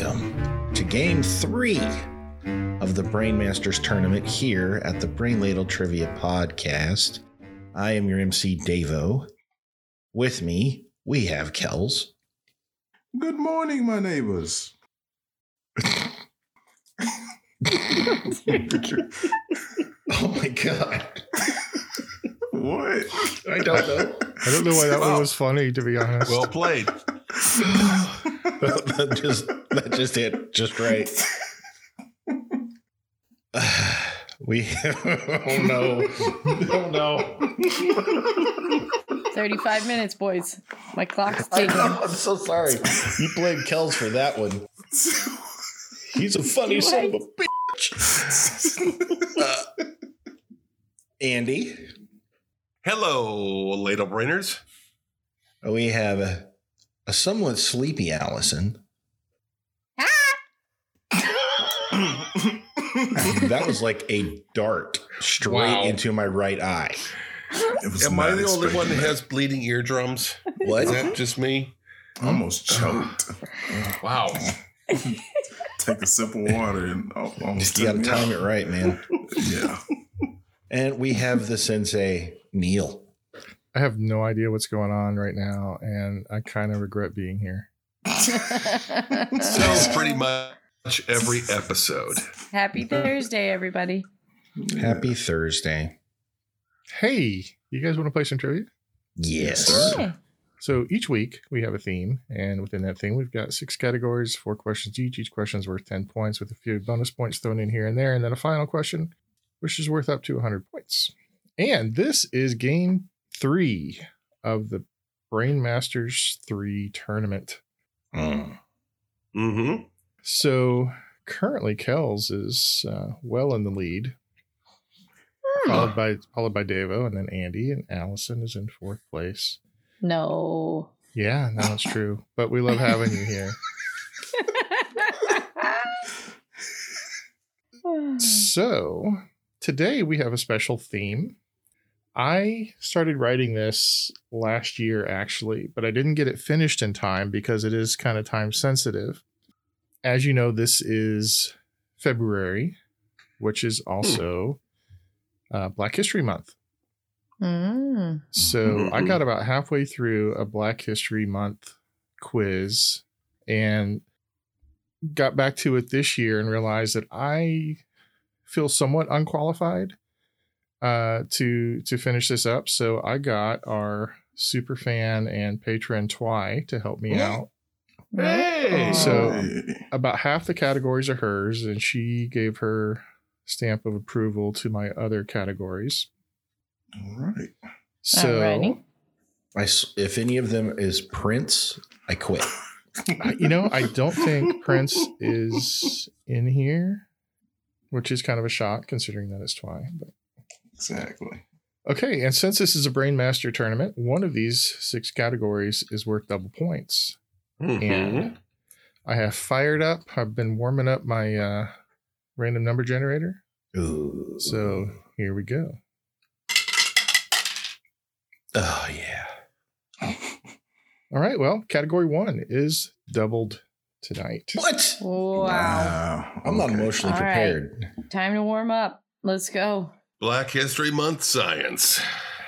to game three of the Brainmasters tournament here at the Brain Ladle Trivia Podcast. I am your MC Davo. With me, we have Kells. Good morning, my neighbors. Oh my god. what? I don't know. I don't know why that Wow. one was funny, to be honest. Well played. that just that just hit just right. we oh no. Oh no. 35 minutes, boys. My clock's I ticking. am so sorry. You blamed Kells for that one. He's a funny son of a bitch. Uh, Andy, Hello, ladle brainers. we have a, a somewhat sleepy Allison. that was like a dart straight Wow. into my right eye. It was Am I not the only expecting one that that. has bleeding eardrums? What? Is that just me? almost choked? Wow. Take a sip of water and al- almost you gotta took me time it out. right, man. Yeah. And we have the sensei, Neil. I have no idea what's going on right now, and I kind of regret being here. Sounds pretty much every episode. Happy Thursday, everybody. Happy Thursday. Hey, you guys want to play some trivia? Yes. Yes, Yeah. So each week we have a theme, and within that theme, we've got six categories, four questions each. Each question's worth 10 points, with a few bonus points thrown in here and there, and then a final question, which is worth up to 100 points. And this is game three of the Brain Masters 3 tournament. Mm. Mm-hmm. So currently, Kells is uh, well in the lead, followed by followed by Davo, and then Andy and Allison is in fourth place. No. Yeah, no, it's true. But we love having you here. Hmm. So today we have a special theme. I started writing this last year, actually, but I didn't get it finished in time because it is kind of time sensitive. As you know, this is February, which is also uh, Black History Month. Mm. So I Mhm. got about halfway through a Black History Month quiz and got back to it this year and realized that I feel somewhat unqualified uh, to to finish this up. So I got our super fan and patron Twy to help me Mhm. out. Uh, Hey. So- Hey. About half the categories are hers, and she gave her stamp of approval to my other categories. All right. So Alrighty. I s if any of them is Prince, I quit. I- you know, I don't think Prince is in here, which is kind of a shock considering that it's Twy. But. Exactly. Okay, and since this is a Brain Master tournament, one of these six categories is worth double points. Mhm. I have fired up, I've been warming up my uh, random number generator. Ooh. So here we go. Oh yeah. All right, well, category one is doubled tonight. What? Wow. I'm not Okay. emotionally All right. prepared. Time to warm up. Let's go. Black History Month science.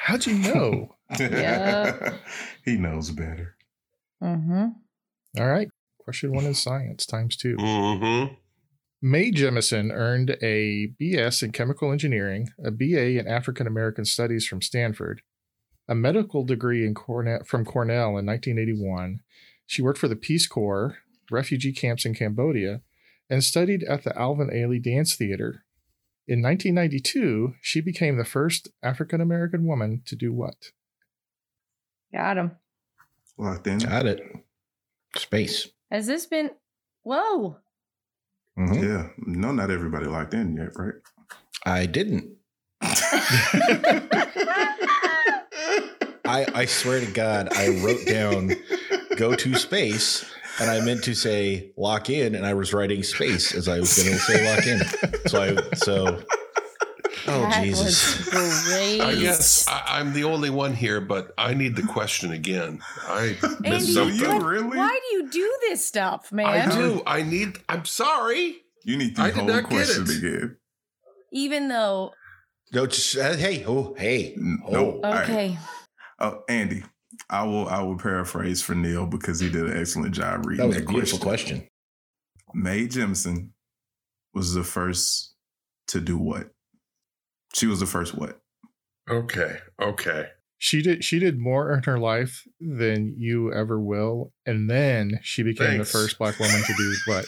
How'd you know? Yeah. he knows better. Mm-hmm. All right, question one in science times two. Mm-hmm. Mae Jemison earned a BS in chemical engineering, a BA in African American studies from Stanford, a medical degree in Cornell, from Cornell in 1981. She worked for the Peace Corps, refugee camps in Cambodia, and studied at the Alvin Ailey Dance Theater. In 1992, she became the first African American woman to do what? Got him. Locked in. Got it. Space. Has this been? Oh, Whoa. Mhm. Yeah. No, not everybody locked in yet, right? I didn't. I I swear to God, I wrote down go to space and I meant to say lock in and I was writing space as I was gonna say lock in. So I so Oh, that Jesus. was great. I guess I, I'm the only one here, but I need the question again. I Andy, missed So something. you what- really? Why do you do this stuff, I man? do. I need. I'm sorry. You need I the did whole not get question it. again. Even though, No, just, uh, hey, oh, hey. N- Oh. Nope. All right. okay, Oh, Andy, I will I will paraphrase for Neil because he did an excellent job reading That that, was a beautiful question. question. Mae Jemison was the first to do what? She was the first what? Okay. Okay. She did she did more in her life than you ever will, and then she became Thanks. the first black woman to do what?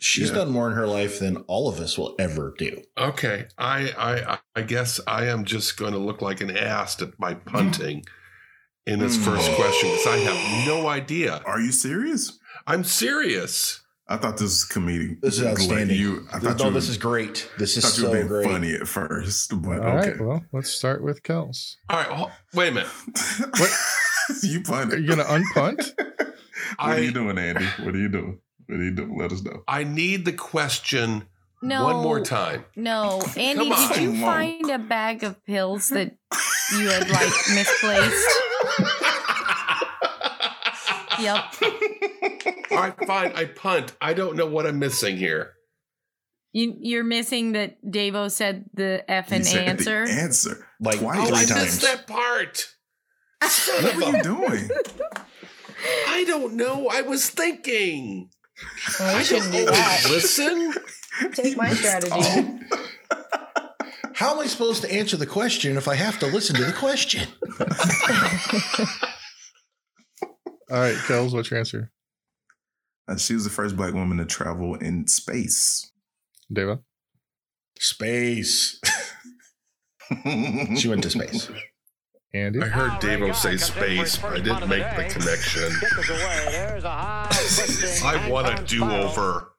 She's Yeah. done more in her life than all of us will ever do. Okay. I I I- I guess I am just going to look like an ass at my punting in this Hmm. Mm. first question because I have no idea. Are you serious? I'm serious. I thought this was comedic. This is Like, outstanding. You, I This, thought no, you, Oh, this is great. This I is thought you were so being great. funny at first, but All okay. right, well, let's start with Kels. All right. ho- Wait a minute. what? you punted. Are you gonna unpunt? what I- are you doing, Andy? What are you doing? What are you doing? Let us know. I need the question no, one more time. No, Come Andy, did on. you Come on. find a bag of pills that you had like misplaced? Yep. All right, fine. I punt. I don't know what I'm missing here. You, you're missing that Davo said the F You and said the answer. Answer. Like Twice. Oh, three I times. missed that part. What were you doing? I don't know. I was thinking. Well, I we should shouldn't do that. listen. Take my You missed strategy. all- How am I supposed to answer the question if I have to listen to the question? All right, Kels, what's your answer? Uh, she was the first black woman to travel in space. Deva? Space. She she went to space. Andy? I heard Alright, Davo guys, say comes in for his space, but I first didn't one make of the the day. connection. Kisses away. There's a high twisting I want a hang-on do spiral. over.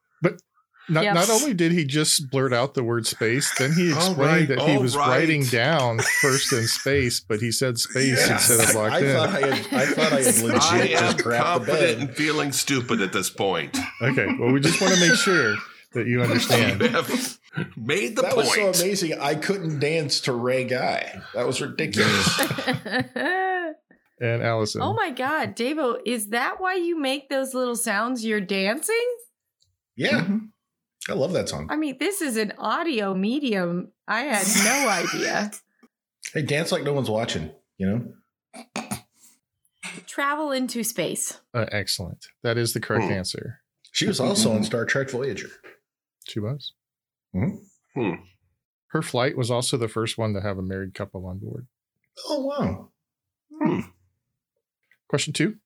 Not, Yeah. not only did he just blurt out the word space, then he All explained right, that he all was right. writing down first in space, but he said space Yes. instead of locked I in. thought I, had, I thought I had legit I am just grabbed the confident and bed. feeling stupid at this point. Okay, well, we just want to make sure that you You understand. have made the that was so point. amazing. I couldn't dance to Ray Guy. That was ridiculous. And Allison, oh my God, Davo, is that why you make those little sounds? You're dancing? yeah, Mm-hmm. I love that song. I mean, this is an audio medium. I had no idea. Hey, dance like no one's watching. You know, Travel into space. uh, excellent. That is the correct Hmm. answer. she was also on Star Trek Voyager. She was. Mhm. Hmm. Her flight was also the first one to have a married couple on board. Oh wow, Question two.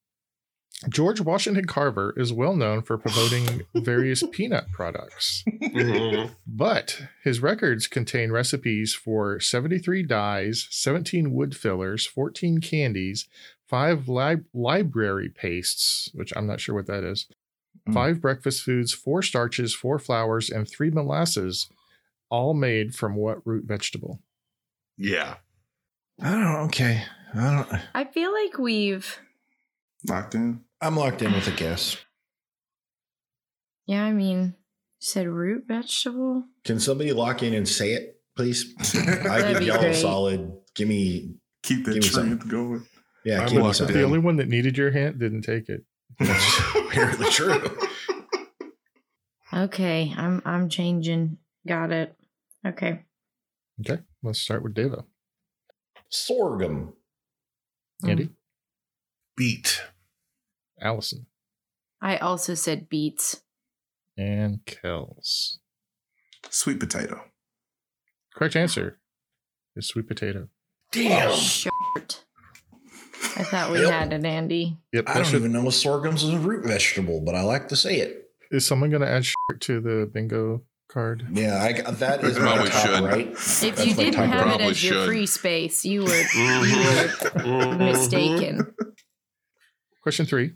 George Washington Carver is well known for promoting various peanut products, Mhm. but his records contain recipes for 73 dyes, 17 wood fillers, 14 candies, five lib- library pastes, which I'm not sure what that is, Mm. five breakfast foods, four starches, four flours, and three molasses, all made from what root vegetable? Yeah. I don't. Okay, I don't. I feel like we've. Locked in. I'm locked in with a guess. Yeah, I mean, said root vegetable. Can somebody lock in and say it, please? I That'd give be y'all a great. solid. Give me. Give Keep that me some. trend going. Yeah, I'm give me locked something. The only one that needed your hint didn't take it. That's apparently true. Okay, I'm I'm changing. Got it. Okay. Okay, let's start with Devo. Sorghum. Andy, Beat. Allison, I also said beets. and Kells. Sweet potato. Correct answer is sweet potato. Damn. Oh, Short. I thought we Yep. had it, Andy. Yep. I that don't should- even know if sorghum's a root vegetable, but I like to say it. Is someone going to add shit to the bingo card? Yeah, I, that is my Probably top should. right. If That's you my didn't top have it Probably as your should. free space, you were Mhm. Mhm. mistaken. Question three.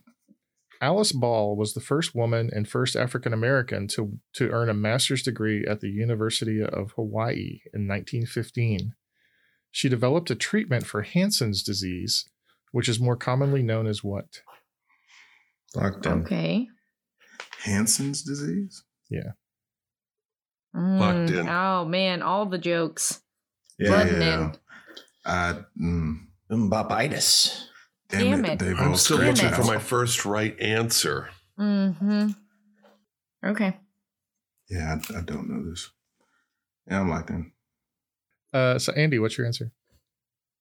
Alice Ball was the first woman and first African American to, to earn a master's degree at the University of Hawaii in 1915. She developed a treatment for Hansen's disease, which is more commonly known as what? Locked in. Okay. Hansen's disease. Mm, in. Oh man, all the jokes. Yeah. Blood in. I, mm, Mbapitis. damn, Damn it. it. They I'm both still scratch looking it for out. my first right answer. Mm-hmm. Okay. Yeah, I, I don't know this. Yeah, I'm locked in. Uh, so Andy, what's your answer?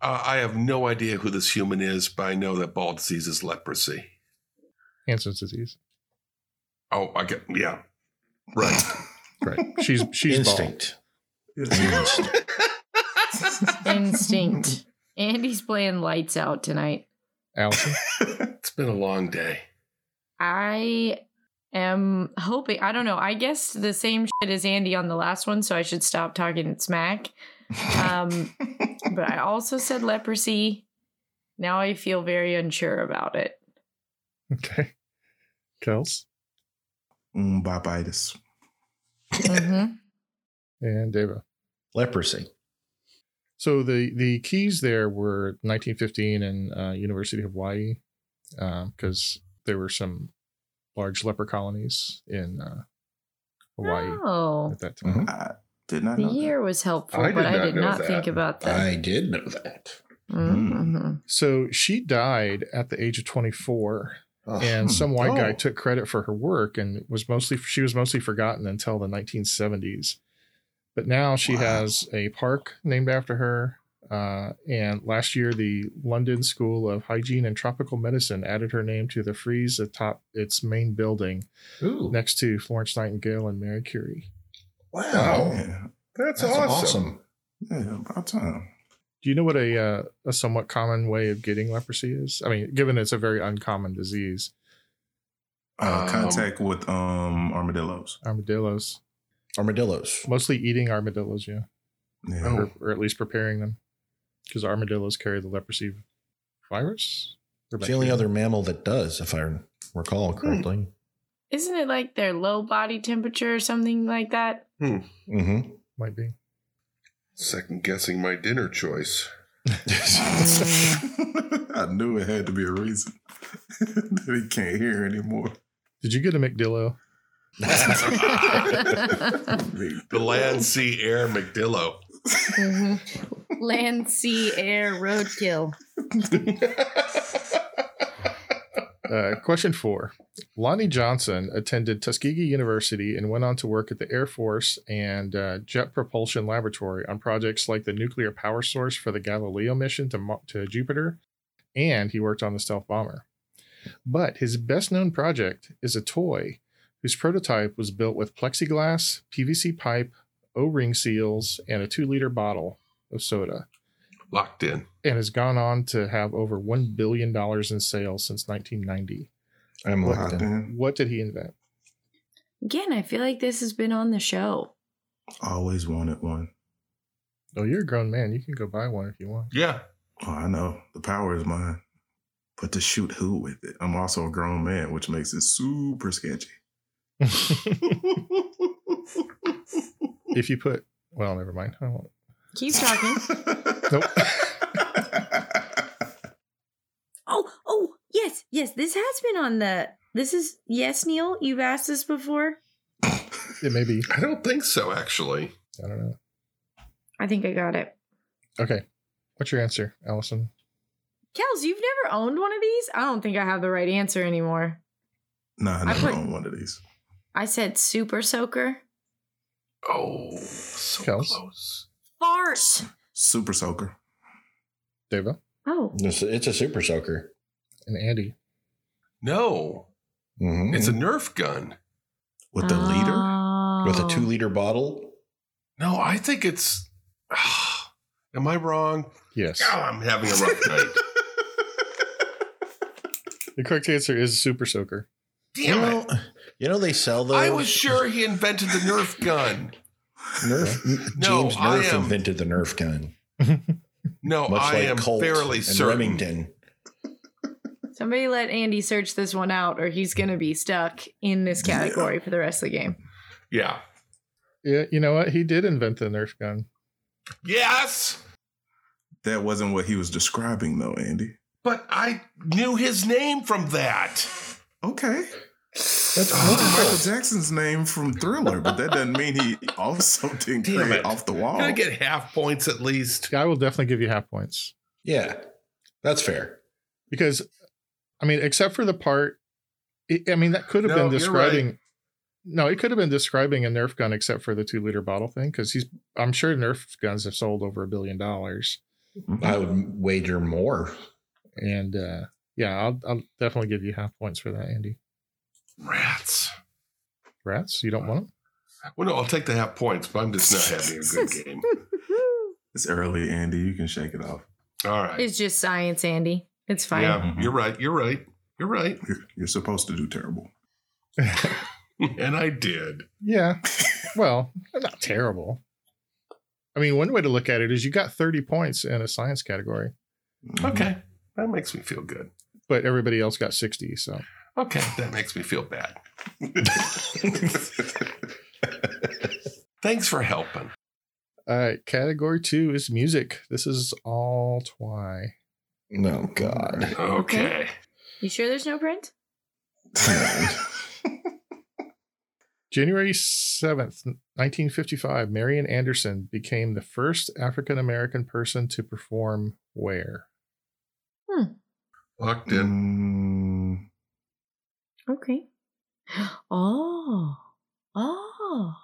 Uh, I have no idea who this human is, but I know that ball disease is leprosy. Hansen's disease. Oh, I get yeah, right. Right. She's she's bald. Instinct. Instinct. Instinct. Andy's playing lights out tonight. Allison. it's been a long day. I am hoping. I don't know. I guess the same shit as Andy on the last one, so I should stop talking smack. Um, but I also said leprosy. Now I feel very unsure about it. Okay. Kels Mbapitis. Mm-hmm. and Deva. Leprosy. So the the keys there were 1915 and uh, University of Hawaii, because there were some large leper colonies in uh, Hawaii Oh, at that time. Mhm. I did not the know. year was helpful, I did but I not did know not that. think about that. I did know that. Hmm. Mhm. So she died at the age of 24, Oh. and some white guy Oh. took credit for her work, and was mostly she was mostly forgotten until the 1970s. But now she Wow. has a park named after her. Uh, and last year, the London School of Hygiene and Tropical Medicine added her name to the frieze atop its main building Ooh. next to Florence Nightingale and Mary Curie. Wow. Yeah, That's, yeah, about time. Do you know what a uh, a somewhat common way of getting leprosy is? I mean, given it's a very uncommon disease, Uh, Um, contact with um armadillos. armadillos. Armadillos. mostly eating armadillos, yeah, Yeah. Oh. or, or at least preparing them, because armadillos carry the leprosy virus. Or It's the only bacteria. other mammal that does, if I Hmm. recall correctly. Isn't it like their low body temperature or something like that? Mm-hmm. might be. Second guessing my dinner choice. Mm-hmm. Mm. I knew it had to be a reason that he can't hear anymore. Did you get a McDillo? The land, sea, air, McDillo. Mm-hmm. Land, sea, air, roadkill. Uh, question four: Lonnie Johnson attended Tuskegee University and went on to work at the Air Force and uh, Jet Propulsion Laboratory on projects like the nuclear power source for the Galileo mission to Mo- to Jupiter, and he worked on the stealth bomber. But his best known project is a toy whose prototype was built with plexiglass, PVC pipe, O ring seals, and a two liter bottle of soda, Locked in. and has gone on to have over $1 billion in sales since 1990. I'm locked in. Locked in. What did he invent? Again, I feel like this has been on the show. Always wanted one. Oh, you're a grown man. You can go buy one if you want. Yeah. Oh, I know. The power is mine. But to shoot who with it? I'm also a grown man, which makes it super sketchy. if you put, well, never mind. I won't. Keep talking. Nope. oh, oh, yes, yes. This has been on the. This is yes, Neil. You've asked this before. It may be. I don't think so, actually. I don't know. I think I got it. Okay. What's your answer, Allison? Kels, you've never owned one of these. I don't think I have the right answer anymore. nah, I I never put- owned one of these. I said super soaker. Oh, so Kels? close. Farts. Super soaker. Deva Oh, It's, it's a super soaker. and Andy. No, Mm-hmm. it's a Nerf gun. With the leader? with a Oh. two liter bottle. No, I think it's. am I wrong? Yes. Oh, I'm having a rough night. The correct answer is Super Soaker. You Damn know, it. you know they sell those. I was sure he invented the Nerf gun. Nerf. No, James I Nerf am- invented the Nerf gun, No, much I like am Colt fairly and certain. Remington. Somebody let Andy search this one out, or he's going to be stuck in this category for the rest of the game. Yeah. Yeah, you know what? He did invent the Nerf gun. Yes, That wasn't what he was describing, though, Andy. but I knew his name from that. Okay. That's Oh, wonderful. Michael Jackson's name from Thriller, but that doesn't mean he also didn't Damn create it. off the wall. Can I get half points at least? I will definitely give you half points Yeah, that's fair. because, I mean, except for the part, I- I mean, that could have No, been you're describing. No, it could have been describing a Nerf gun, except for the two liter bottle thing, because he's. I'm sure Nerf guns have sold over a billion dollars, I would wager more. and uh, yeah, I'll, I'll definitely give you half points for that, Andy. Rats. Rats, you don't want them? Well, no, I'll take the half points, but I'm just not having a good game. It's early, Andy. You can shake it off. All right. It's just science, Andy. It's fine. Yeah, Mhm. you're right. You're right. You're right. You're, you're supposed to do terrible. And I did. Yeah. Well, they're not terrible. I mean, one way to look at it is you got 30 points in a science category, Mhm. Okay. That makes me feel good. but everybody else got 60. So Okay. That makes me feel bad. Thanks for helping. uh, category two is music. This is all twy. No God. Okay. You sure there's no print? January 7th, 1955, Marian Anderson became the first African American person to perform where? Locked in. Mm, Okay. Oh. Oh.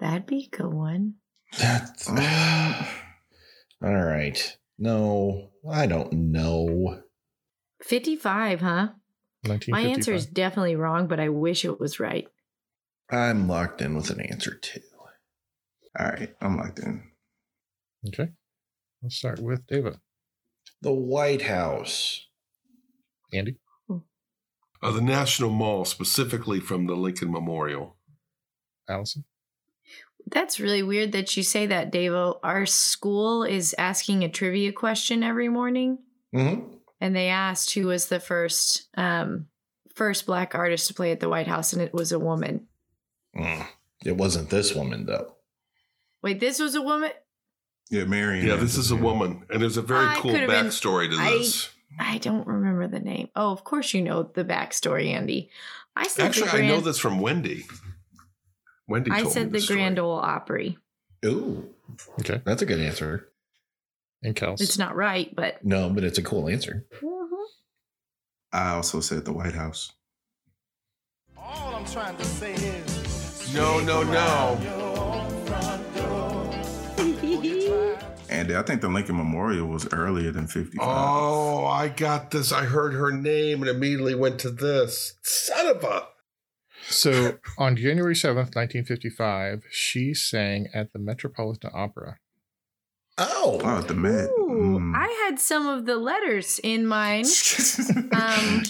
That'd be a good one. That's, all right. No, I don't know. 55, huh? My answer is definitely wrong, but I wish it was right. I'm locked in with an answer too. all right, I'm locked in. Okay. Let's start with David. The White House. Andy? Uh, the National Mall, specifically from the Lincoln Memorial. Allison? That's really weird that you say that, Davo. Our school is asking a trivia question every morning, Mm-hmm. and they asked who was the first um, first black artist to play at the White House, and it was a woman. Mm. It wasn't this woman though. Wait, this was a woman. Yeah, Marion. Yeah, this is a woman, and there's a very I cool could've been- backstory to I- this. I don't remember the name. Oh, of course you know the backstory, Andy. I said Actually, the I grand, know this from Wendy. Wendy I told said me the this story. Grand Ole Opry. Ooh, Okay. that's a good answer. And Kels? It's not right, but No, but it's a cool answer. I also said the White House. All I'm trying to say is No, no, no. Andy, I think the Lincoln Memorial was earlier than 55. Oh, I got this. I heard her name and immediately went to this. Son of a. So on January 7th, 1955, she sang at the Metropolitan Opera. Oh, Oh, at the Met. Ooh, Mm. I had some of the letters in mine. Um, I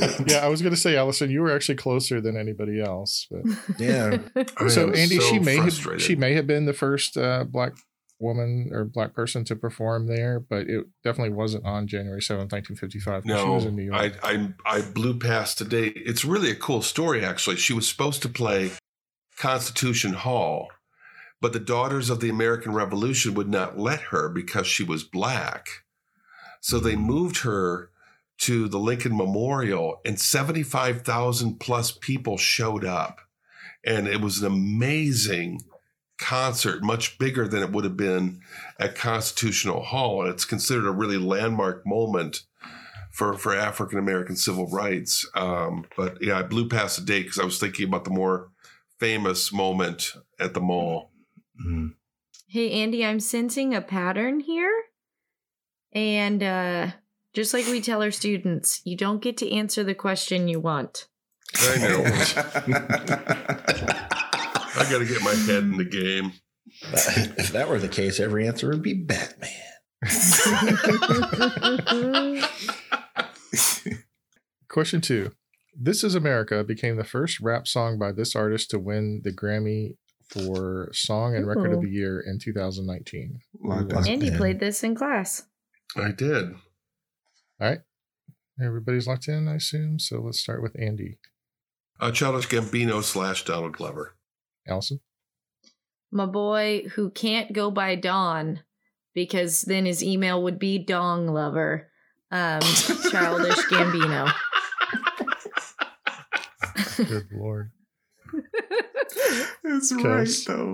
did. Yeah, I was going to say, Allison, you were actually closer than anybody else. But yeah. oh. I so, am Andy, so she may have, frustrated. she may have been the first uh, black woman or black person to perform there, but it definitely wasn't on January 7th, 1955. 'cause she was in New No, York. I, I I blew past today. It's really a cool story, actually. She was supposed to play Constitution Hall, but the Daughters of the American Revolution would not let her because she was black. So they moved her to the Lincoln Memorial, and seventy-five thousand plus people showed up, and it was an amazing concert, much bigger than it would have been at Constitutional Hall. And it's considered a really landmark moment for for African American civil rights. Um, but yeah, I blew past the date because I was thinking about the more famous moment at the mall. Mm. Hey, Andy, I'm sensing a pattern here. And uh, just like we tell our students, you don't get to answer the question you want. I know. Mm-hmm. I got to get my head in the game. if that were the case, every answer would be Batman. Question two This Is America became the first rap song by this artist to win the Grammy for Song and Record of Ooh. the Year in 2019. Locked in. Andy Yeah. played this in class. I did. Everybody's locked in, I assume. So let's start with Andy. Uh, Childish Gambino slash Donald Glover. Allison? My boy who can't go by Don because then his email would be Dong Lover, um, Childish Gambino. Good lord. It's right Cause- though.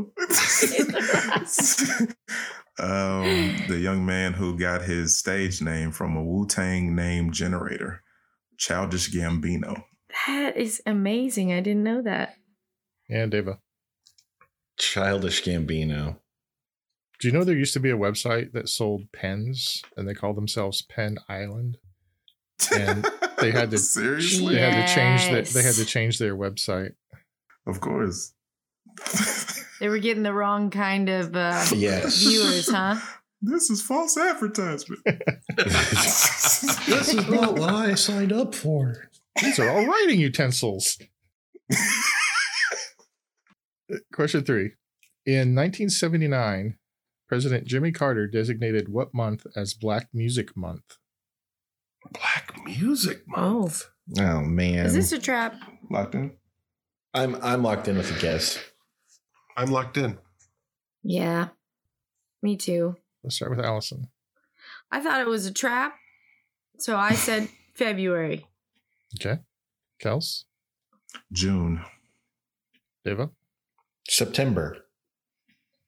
um, the young man who got his stage name from a Wu Tang name generator, Childish Gambino. That is amazing. I didn't know that. And Deva. Childish Gambino. Do you know there used to be a website that sold pens and they called themselves Pen Island? And they had to- seriously, They had to change that they had to Yes. change their website. of course. They were getting the wrong kind of uh, Yes. viewers, huh? This is false advertisement. This is not what I signed up for. These are all writing utensils. Question three. In 1979, President Jimmy Carter designated what month as Black Music Month? Black Music Month. Oh man. Is this a trap? Locked in. I'm I'm locked in with a guess. I'm locked in. Yeah. Me too. Let's start with Allison. I thought it was a trap. So I said February. Okay. Kels, June. Deva, September.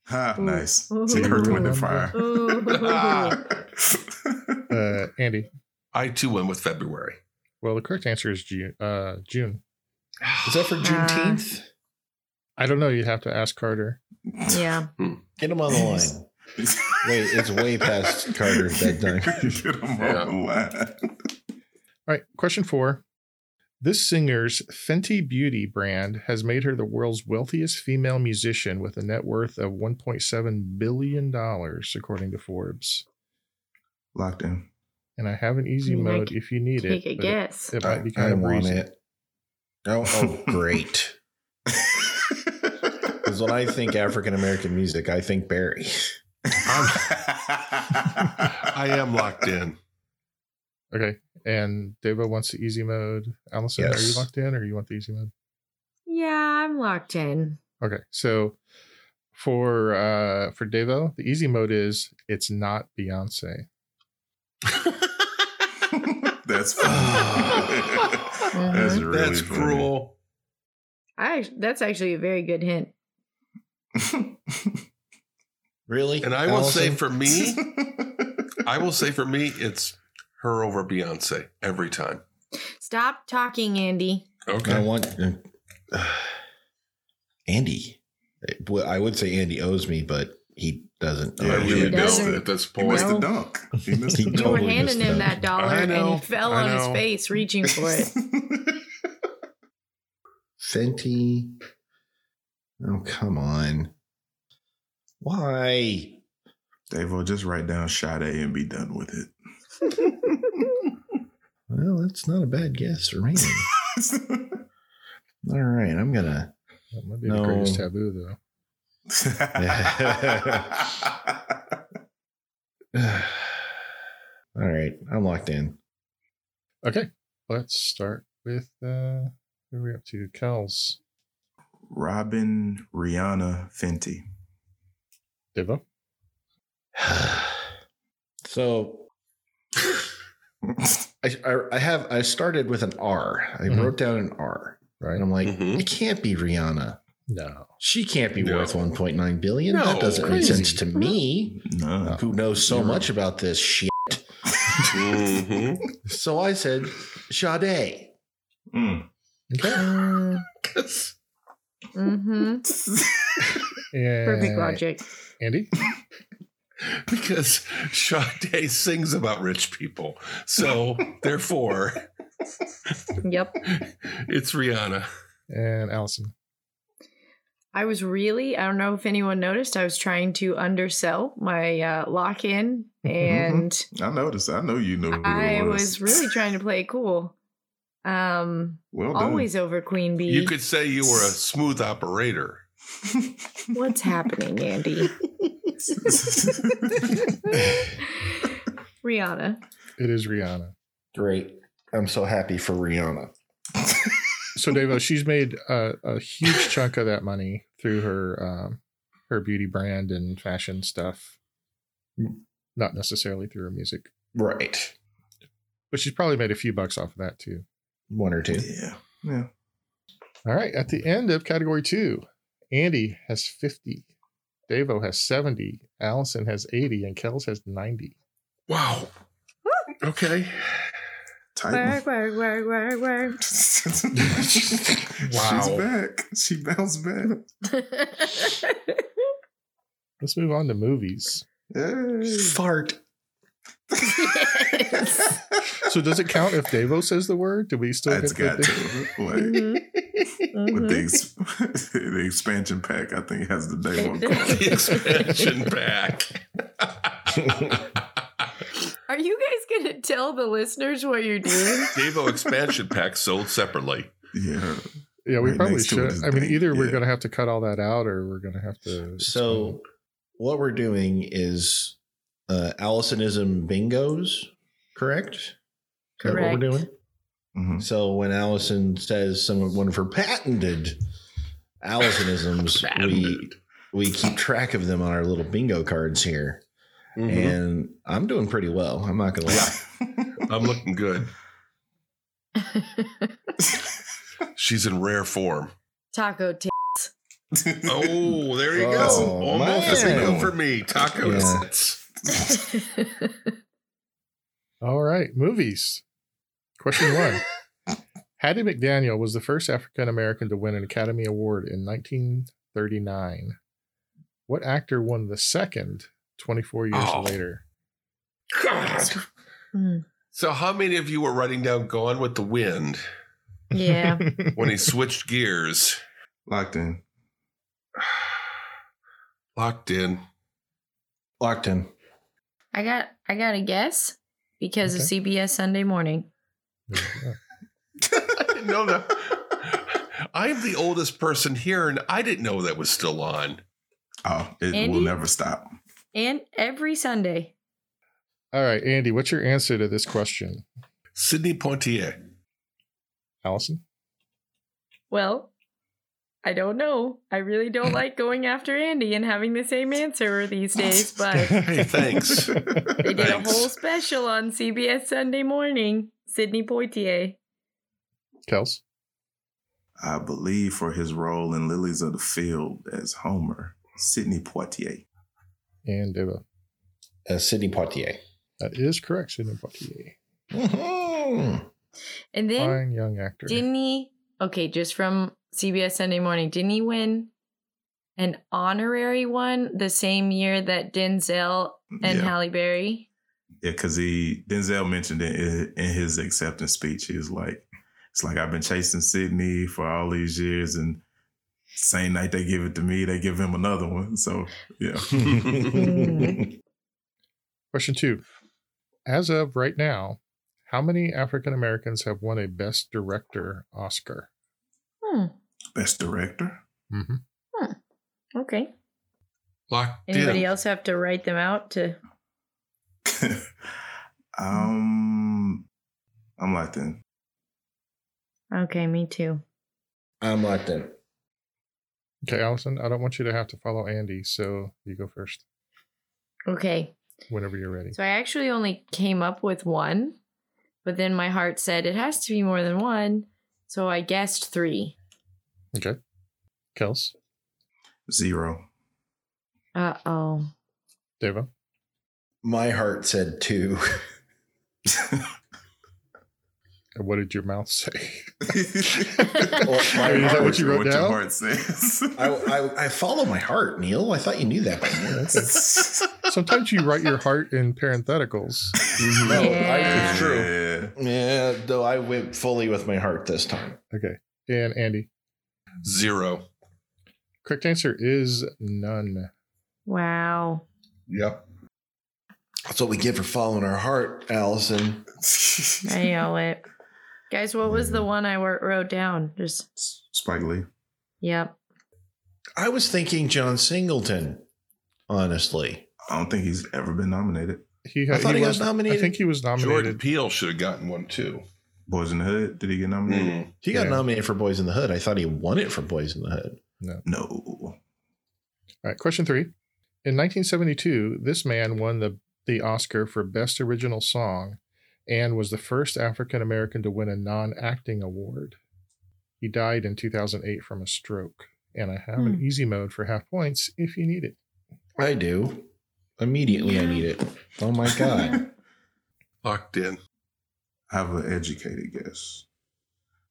Ha, Ooh. nice. See, you heard the window fire. Ooh. Ah. uh, Andy. I too went with February. Well, the correct answer is June. Uh, June. Is Uh, that for Juneteenth? I don't know. You'd have to ask Carter. yeah. Get him on the line. Wait, it's way past Carter's bedtime. Get him Yeah. off the line. All right. Question four. This singer's Fenty Beauty brand has made her the world's wealthiest female musician with a net worth of $1.7 billion, according to Forbes. Locked in. And I have an easy I mean, I mode c- if you need Take it. a but it- guess. It, might be I kind of want breezy. it. Oh, oh great. Because when I think African American music, I think Barry. I am locked in. Okay. And Deva wants the easy mode. Allison, are you Yes. locked in or you want the easy mode? Yeah, I'm locked in. Okay, so for uh for Devo, the easy mode is it's not Beyonce. That's funny. That's really That's funny. cruel. I act- that's actually a very good hint. Really? And I will say Allison? for me, I will say for me, it's her over Beyonce every time. Stop talking, Andy. I want uh, Andy. Well, I would say Andy owes me, but he doesn't. Yeah, owe I me. really He doesn't. don't at this He missed point. the dunk. He missed He the You dunk. were Totally handing missed him that. that dollar I and know. he fell I on his know. face reaching for it. Fenty. Oh, come on. Why? Dave, well, just write down Sade and be done with it. Well, that's not a bad guess for me. All right, I'm gonna. That might be the No. greatest taboo though. All right, I'm locked in. Okay, let's start with uh who are we up to? Kels, Robin Rihanna Fenty. Devo. so I, I I have I started with an R. I Mhm. wrote down an R, Right. Um, and I'm like, Mhm. it can't be Rihanna. No. She can't be No. worth 1.9 billion. No, that doesn't make crazy. sense to me, No. who knows so You're much about this shit. Mm-hmm. So I said, Sade. Mm. Okay. Mm-hmm. And Perfect logic. Andy? because Sade sings about rich people. So therefore, Yep. it's Rihanna. And Allison. I was really, I don't know if anyone noticed, I was trying to undersell my uh, lock in Mm-hmm. and I noticed. I know you know who I it was. was really trying to play it cool. Um, well done. always over Queen Bee. You could say you were a smooth operator. What's happening, Andy? Rihanna. It is Rihanna. Great. I'm so happy for Rihanna. So Devo, she's made a, a huge chunk of that money through her um her beauty brand and fashion stuff. Not necessarily through her music. Right. But she's probably made a few bucks off of that too. One or two. yeah. Yeah. All right. At the end of category two, Andy has 50, Davo has 70, Allison has 80, and Kels has 90. Wow. Okay. Titan. work, work, work, work. She's back. She bounced back. Let's move on to movies. Yay. Fart. Yes. So does it count if Davo says the word? Do we still That's got get the- to. Like, Mhm. with Mm-hmm. Mhm. the, ex- the expansion pack, I think has the day one card. The expansion pack. Are you guys gonna tell the listeners what you're doing? Devo expansion pack sold separately. Yeah. Yeah, we Right probably next to it should. is I mean, date, either we're yeah. going to have to cut all that out or we're going to have to. So, what we're doing is uh, Allisonism bingos, correct? Is that What Correct. we're doing. hmm So when Allison says some of one of her patented Allisonisms, we we keep track of them on our little bingo cards here, Mm-hmm. Mhm. and I'm doing pretty well. I'm not gonna lie. Mm-hmm. I'm looking good. She's in rare form. Taco t- Oh, there you Oh, go. Almost a man. bingo for me. Taco Yeah. sets. All right, movies. Question one. Hattie McDaniel was the first African American to win an Academy Award in 1939. What actor won the second 24 years Oh. later? God. Hmm. So, how many of you were writing down Gone with the Wind yeah. when he switched gears? Locked in. Locked in. Locked in. I got I got a guess because Okay. of CBS Sunday morning. I didn't know that. I'm the oldest person here, and I didn't know that was still on. Oh, it Andy? will never stop. And every Sunday. All right, Andy, what's your answer to this question? Sydney Poitier. Allison? Well, I don't know. I really don't like going after Andy and having the same answer these days, but Hey, thanks. they did a Thanks. whole special on CBS Sunday morning. Sydney Poitier. Kels? I believe for his role in Lilies of the Field as Homer, Sidney Poitier. And Deva. Uh, Sydney Poitier. That is correct, Sidney Poitier. Mhm. And then Fine young actor. didn't he okay, just from CBS Sunday morning, didn't he win an honorary one the same year that Denzel and yeah, Halle Berry? because he Denzel mentioned it in, in his acceptance speech. He was like, "It's like I've been chasing Sidney for all these years, and same night they give it to me, they give him another one." So yeah, Question two. As of right now, how many African Americans have won a Best Director Oscar? Hmm. best director. Mm-hmm. Okay. Locked Anybody in. else have to write them out to um, I'm locked in. Okay, me too. I'm locked in. Okay, Allison, I don't want you to have to follow Andy, so you go first Okay. whenever you're ready. So I actually only came up with one, but then my heart said it has to be more than one. So I guessed three. Okay. Kels, Zero. Uh oh. Deva, My heart said two. and what did your mouth say? my Is that what you Or wrote down? Your heart says. I, I I follow my heart, Neil. I thought you knew that by now. Sometimes you write your heart in parentheticals. No, I, Yeah. it's true. Yeah. Yeah, though I went fully with my heart this time. Okay. And Andy, Zero. correct answer is none. Wow. Yep. That's what we get for following our heart, Allison. I know it. Guys, what was the one I wor- wrote down? Just, Spike Lee. yep. I was thinking John Singleton, honestly. I don't think he's ever been nominated. He, I thought he got was- nominated. I think he was Jordan nominated. Peele should have gotten one too. Hmm. Boys in the Hood. Did he get nominated? He got Yeah. nominated for Boys in the Hood. I thought he won it for Boys in the Hood. No. All right, question three. In 1972, this man won the, the Oscar for Best Original Song and was the first African American to win a non acting award. He died in 2008 from a stroke. And I have an Hmm. easy mode for half points if you need it. I do. Immediately, I need it. Oh my god. Locked in. I have an educated guess.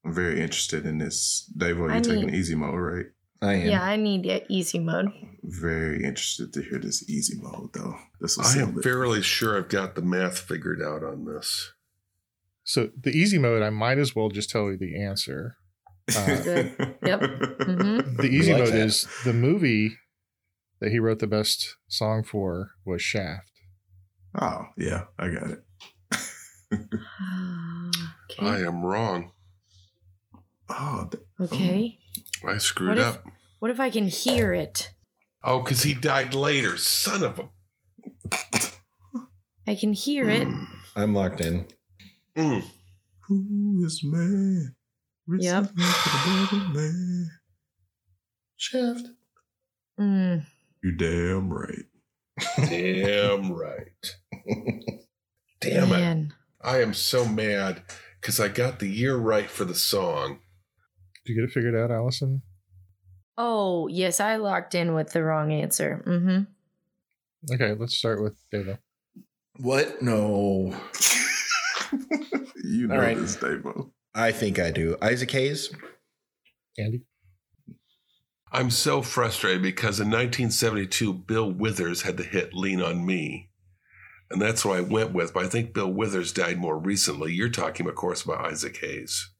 I'm very interested in this. Dave, I you're taking need- easy mode, right? I am. Yeah, I need the easy mode. Very interested to hear this easy mode, though. This was I am simple. fairly sure I've got the math figured out on this. So the easy mode, I might as well just tell you the answer. uh, Good. Yep. Mhm. The easy like mode that. is the movie that he wrote the best song for was Shaft. Oh, yeah, I got it. okay. I am wrong. Oh, th- okay. I screwed What if- up. What if I can hear it? Oh, because he died later. Son of a. I can hear it. I'm locked in. Mm. who is man? Rich Yep. is the brother man. Shaft. Mm. You damn right. Damn right. Damn it. Man. I am so mad because I got the year right for the song. Did you get it figured out, Allison? Oh, yes, I locked in with the wrong answer. Mm-hmm. Okay, let's start with Dave. What? No. you know All right. this, Davo. I think I do. Isaac Hayes. Andy? I'm so frustrated because in 1972, Bill Withers had the hit Lean on Me. And that's what I went with. But I think Bill Withers died more recently. You're talking, of course, about Isaac Hayes.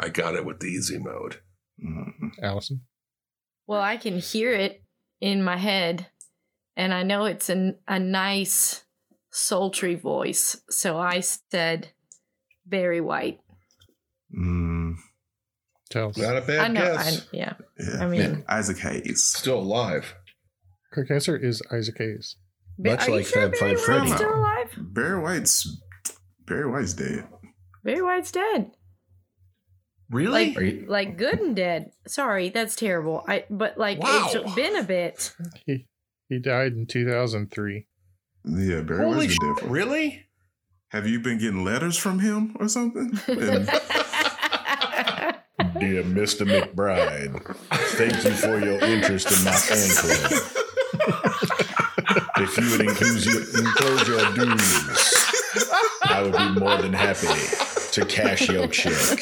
I got it with the easy mode. Mhm. Allison? Well, I can hear it in my head, and I know it's an, a nice, sultry voice. So I said Barry White. Mm, Tells. Not a bad I know. I, guess. yeah. yeah. I mean, Isaac Hayes. Still alive. Correct answer is Isaac Hayes. Ba- Much are you like sure Fab Barry Five White's Freddy. still alive? Barry White's Barry White's dead. Barry White's dead. Really? Like- Are you, Like good and dead. Sorry, that's terrible. I but like Wow. it's been a bit. He he died in 2003. Yeah, Barry Holy White's shit. been dead. for- Really? Have you been getting letters from him or something? And- Dear Mr. McBride, thank you for your interest in my fan club. If you would enclose your, enclose your dues, I would be more than happy to cash your check.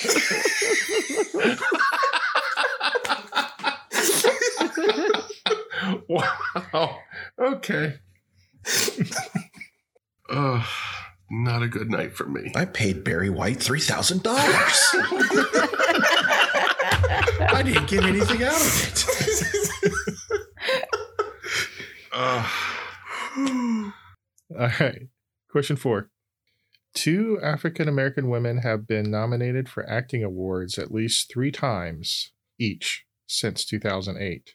wow. Okay. Ugh, not a good night for me. I paid Barry White $3,000. I didn't get anything out of it. Ugh. All right. Question four. Two African American women have been nominated for acting awards at least three times each since 2008,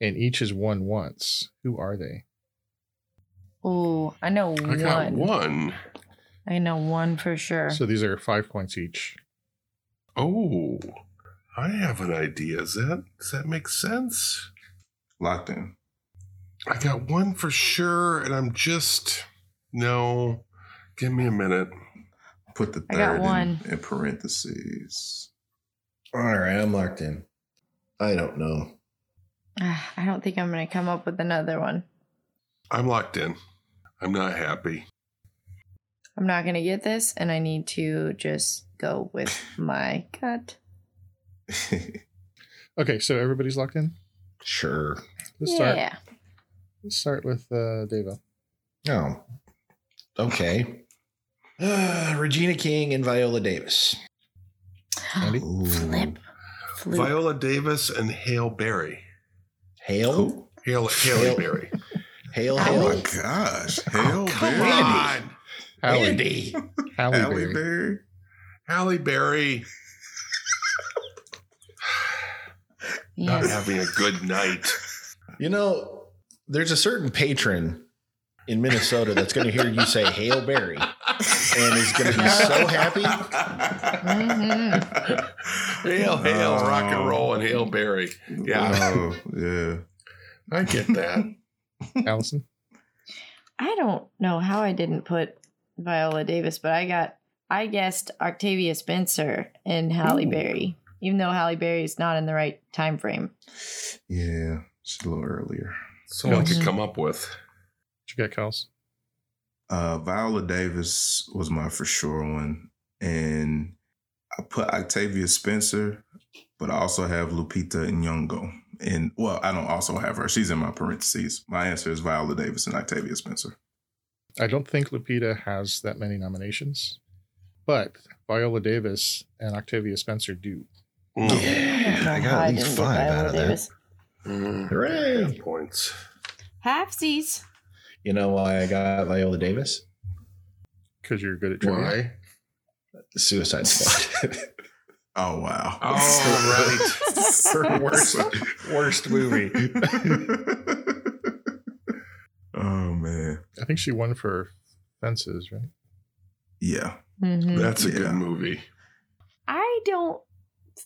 and each has won once. Who are they? Oh, I know I got one. I know one for sure. So these are five points each. Oh, I have an idea. Is that does that make sense? Locked in. I got one for sure, and I'm just no. Give me a minute. Put the I got third in- one. In, parentheses. All right, I'm locked in. I don't know. Ah, I don't think I'm gonna come up with another one. I'm locked in. I'm not happy. I'm not gonna get this, and I need to just go with my gut. Okay, so everybody's locked in. Sure. Let's start. yeah. Let's start with uh, Davo. Oh, okay. Uh, Regina King and Viola Davis. Andy? Ooh. Flip. Flip. Viola Davis and Hale Berry. Hail, Hale, Hale Hale- Berry. hail, Ow. Oh hail. my gosh. Oh, Hell, Come Barry. on, Halle, Andy. Halle Halle Berry. Berry. Halle Berry. Not Yeah. having a good night. You know, there's a certain patron in Minnesota that's going to hear you say Hail Berry and is going to be so happy. Mm-hmm. Hail, hail, Mm-hmm. rock and roll, and Hail Berry. Yeah. Oh, yeah. I get that. Allison. I don't know how I didn't put Viola Davis, but I got I guessed Octavia Spencer and Halle Berry. even though Halle Berry is not in the right time frame. Yeah, just a little earlier. That's all I Mhm. could come up with. What you got, Kels? Uh, Viola Davis was my for sure one, and I put Octavia Spencer, but I also have Lupita Nyong'o. And well, I don't also have her. She's in my parentheses. My answer is Viola Davis and Octavia Spencer. I don't think Lupita has that many nominations, but Viola Davis and Octavia Spencer do. Mm. Yeah, I got at least five out of that. Mm. Hooray. Half Points. Halfsies. You know why I got Viola Davis? Because you're good at trivia. Why? Suicide Squad. Oh wow! All right. Her worst, Oh, worst movie. oh man, I think she won for Fences, right? yeah. Mhm. That's a Yeah. good movie. I don't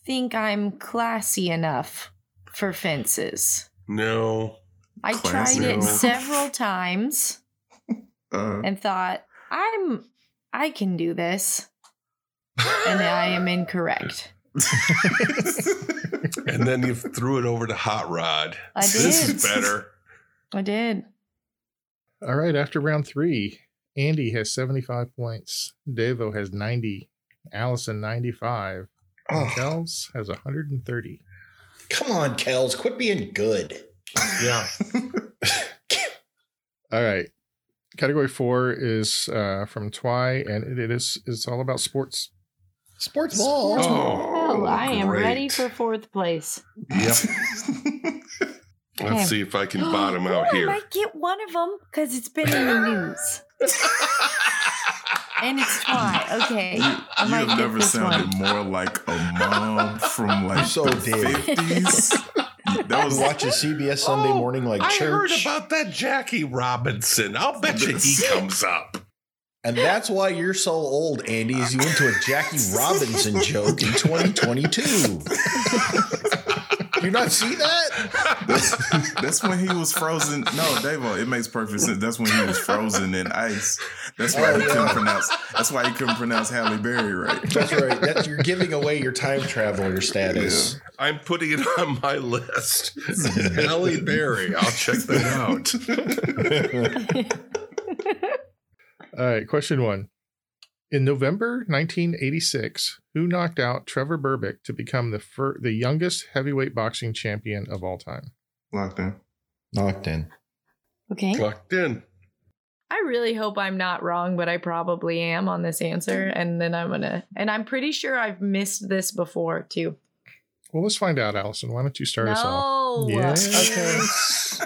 think I'm classy enough for fences. No. I Classy tried it enough. several times Uh, and thought I'm I can do this, and I am incorrect. And then you threw it over to Hot Rod. I This did. is better. I did. All right, after round three, Andy has 75 points, Devo has 90, Allison 95, and Oh, Kels has 130. come on, Kels. Quit being good. Yeah. All right. Category four is uh, from Twi, and it, it is it's all about sports. Sports ball. Oh, Oh, I am ready great. for fourth place. Yep. Okay. Let's see if I can bottom out Or I here. might get one of them because it's been in the news. and it's Twi. Okay. You, I you might have get never this sounded one. more like a mom from like So the did. 50s. That Who was watches CBS Sunday Oh, morning like I heard church? about that Jackie Robinson. I'll bet you he comes up. and that's why you're so old, Andy, is you went to a Jackie Robinson joke in 2022. you not see that? that's, that's when he was frozen. No, Davo, it makes perfect sense. That's when he was frozen in ice. That's why Oh, he couldn't yeah. pronounce. That's why he couldn't pronounce Halle Berry right. That's right. That, you're giving away your time traveler status. I'm putting it on my list. Halle Berry. I'll check that out. All right, question one. In November 1986, who knocked out Trevor Burbick to become the fir- the youngest heavyweight boxing champion of all time? Locked in. Knocked in. Okay. Locked in. I really hope I'm not wrong, but I probably am on this answer. And then I'm going to, and I'm pretty sure I've missed this before too. Well, let's find out, Allison. Why don't you start us off? No. Okay. Yes.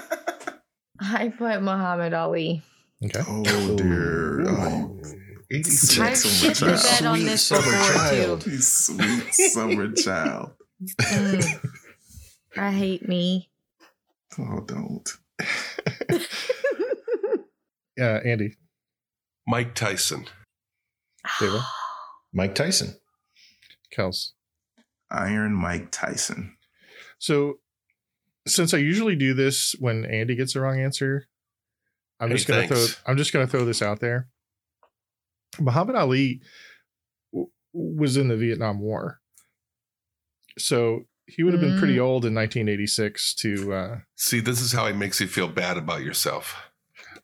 I put Muhammad Ali. Okay. Oh dear. Oh, I've Six shit over the bed on Sweet this summer before child. too. you sweet summer child. Mm. I hate me. Oh, don't. Uh, Andy, Mike Tyson. David, Mike Tyson. Kels. Iron Mike Tyson. So, since I usually do this when Andy gets the wrong answer, I'm Hey, just gonna thanks. throw. I'm just gonna throw this out there. Muhammad Ali w- was in the Vietnam War, so he would have been pretty old in 1986 to. Uh, See, this is how it makes you feel bad about yourself.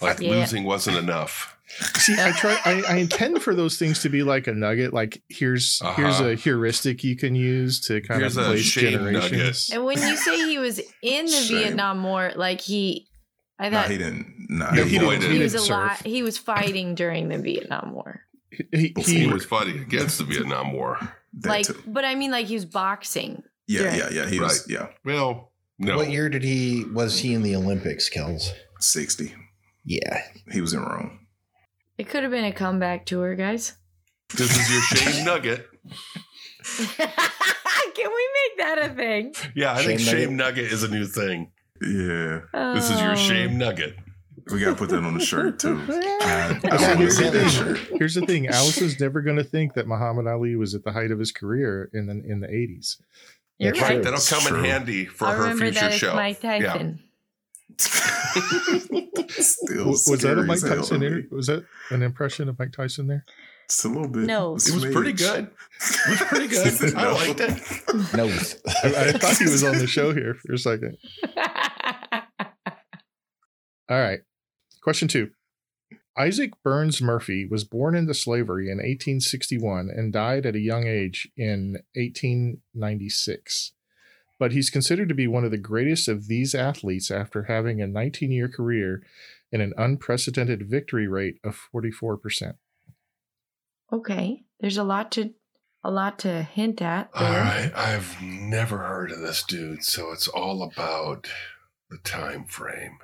Like Yeah. losing wasn't enough. see, I try. I, I intend for those things to be like a nugget. Like here's here's Uh-huh. a heuristic you can use to kind Here's of a place shame generations. And when you say he was in the Shame. Vietnam War, like he, I No, thought he didn't. Nah, No, he, he didn't. didn't. he was didn't alive. serve. He was fighting during the Vietnam War. He, he, He was fighting against the Vietnam War. That like, too. but I mean, like he was boxing. Yeah, yeah. yeah, yeah. He was, yeah, Well, no. What year did he was he in the Olympics, Kels? 60. Yeah. He was in Rome. It could have been a comeback tour, guys. This is your shame nugget. Can we make that a thing? Yeah, I think Shame shame nugget is a new thing. Yeah. This is your Oh. shame nugget. We got to put that on the shirt, too. I I, I got want to his see that name. shirt. Here's the thing: Allison's never going to think that Muhammad Ali was at the height of his career in the in the eighties. Oh, You're That's right. true. That'll It's come true. in handy for I her remember future that show. as Mike Tyson. Still Was that a scary Mike as hell to Tyson? me. Inter- was that an impression of Mike Tyson there? It's a little bit. Nose. It was pretty good. It was pretty good. I No. liked it. No. I, I thought he was on the show here for a second. All right. Question two. Isaac Burns Murphy was born into slavery in 1861 and died at a young age in 1896. But he's considered to be one of the greatest of these athletes after having a 19 year career and an unprecedented victory rate of 44%. okay, there's a lot to a lot to hint at. All there. right, I've never heard of this dude, so it's all about the time frame.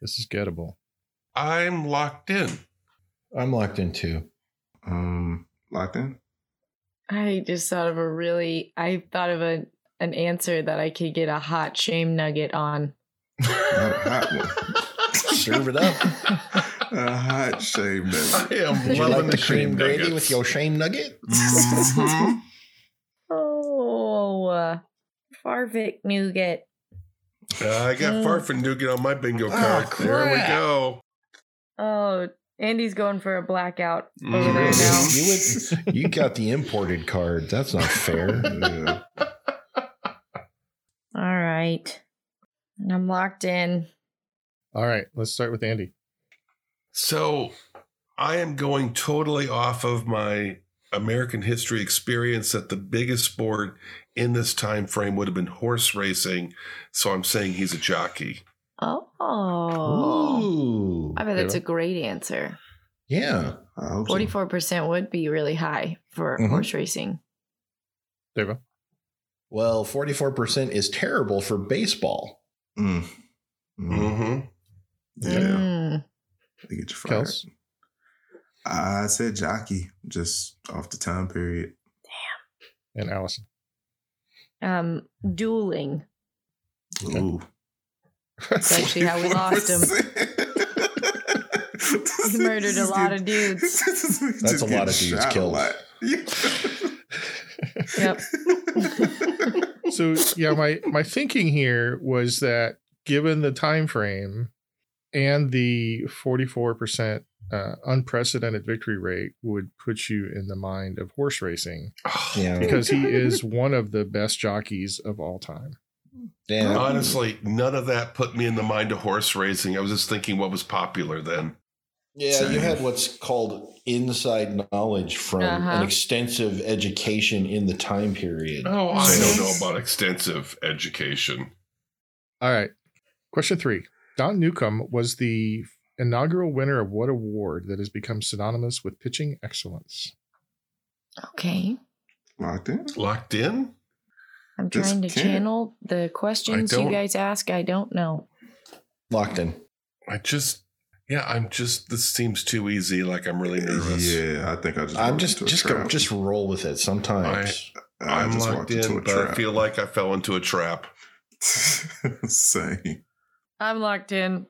This is gettable. I'm locked in. I'm locked in too. Um, locked in. I just thought of a really I thought of a an answer that I could get a hot shame nugget on. A hot one. Serve it up. A hot shame I nugget. am Would you loving like the cream shame gravy nuggets. with your shame nugget? Mhm. Oh, uh, Farvik nougat. Uh, I got Mm. Farfendugan on my bingo card. there we go. oh, Andy's going for a blackout over Mm-hmm. Mm. there now. you would, you got the imported card. That's not fair. Yeah. All right. And I'm locked in. All right, let's start with Andy. So I am going totally off of my American history experience that the biggest sport in this time frame would have been horse racing. So I'm saying he's a jockey. Oh, Ooh. I bet that's a great answer. Yeah. I hope so. Mm-hmm. Forty-four percent would be really high for Mhm. horse racing. Deva. Well, 44% is terrible for baseball. Mm. Mm. Mm-hmm. Yeah, Mm. they get you fired. Kels. I said jockey, just off the time period. and Allison. Um, dueling. Okay. Ooh. That's actually how we lost him. He He murdered a lot of dudes. That's a lot of dudes killed. Yep. so yeah my my thinking here was that given the time frame and the 44% uh, unprecedented victory rate would put you in the mind of horse racing Mm-hmm. Yeah. because he is one of the best jockeys of all time Damn. Honestly, none of that put me in the mind of horse racing. I was just thinking what was popular then. Yeah, you had what's called inside knowledge from an Uh-huh. extensive education in the time period. Mm-hmm. Oh, I don't know about extensive education. all right question three don newcomb was the inaugural winner of what award that has become synonymous with pitching excellence Okay, Locked in. Locked in? I'm This trying to can't- channel the questions you don't- guys ask. I don't know. Locked in. I just, yeah, I'm just, this seems too easy. Like I'm really nervous. Yeah, I think I just. I'm walked just into a just go, trap. just roll with it. Sometimes I I'm just locked walked into in, a but I trap. feel like I fell into a trap. Same. I'm locked in.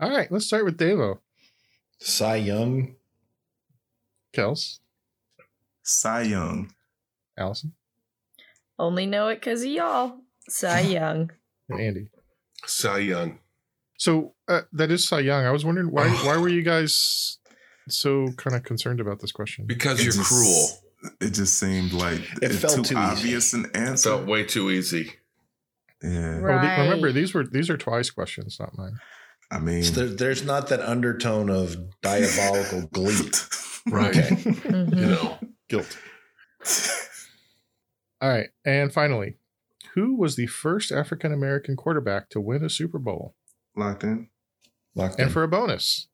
all right let's start with devo Cy Young, kels Cy Young. allison Only know it because of y'all. Cy Young. and andy Cy Young. So uh, that is Cy Young. I was wondering why why were you guys so kind of concerned about this question? Oh, Because It you're just- cruel. It just seemed like It it's felt too, too easy. obvious an answer. Felt way too easy. yeah. Oh, the- remember Right. these were these are twice questions, not mine. I mean, So there, there's not that undertone of diabolical glee. Right. Mm-hmm. You Mhm. know, Guilt. All right, and finally, who was the first African American quarterback to win a Super Bowl? Locked in. Locked in. And for a bonus,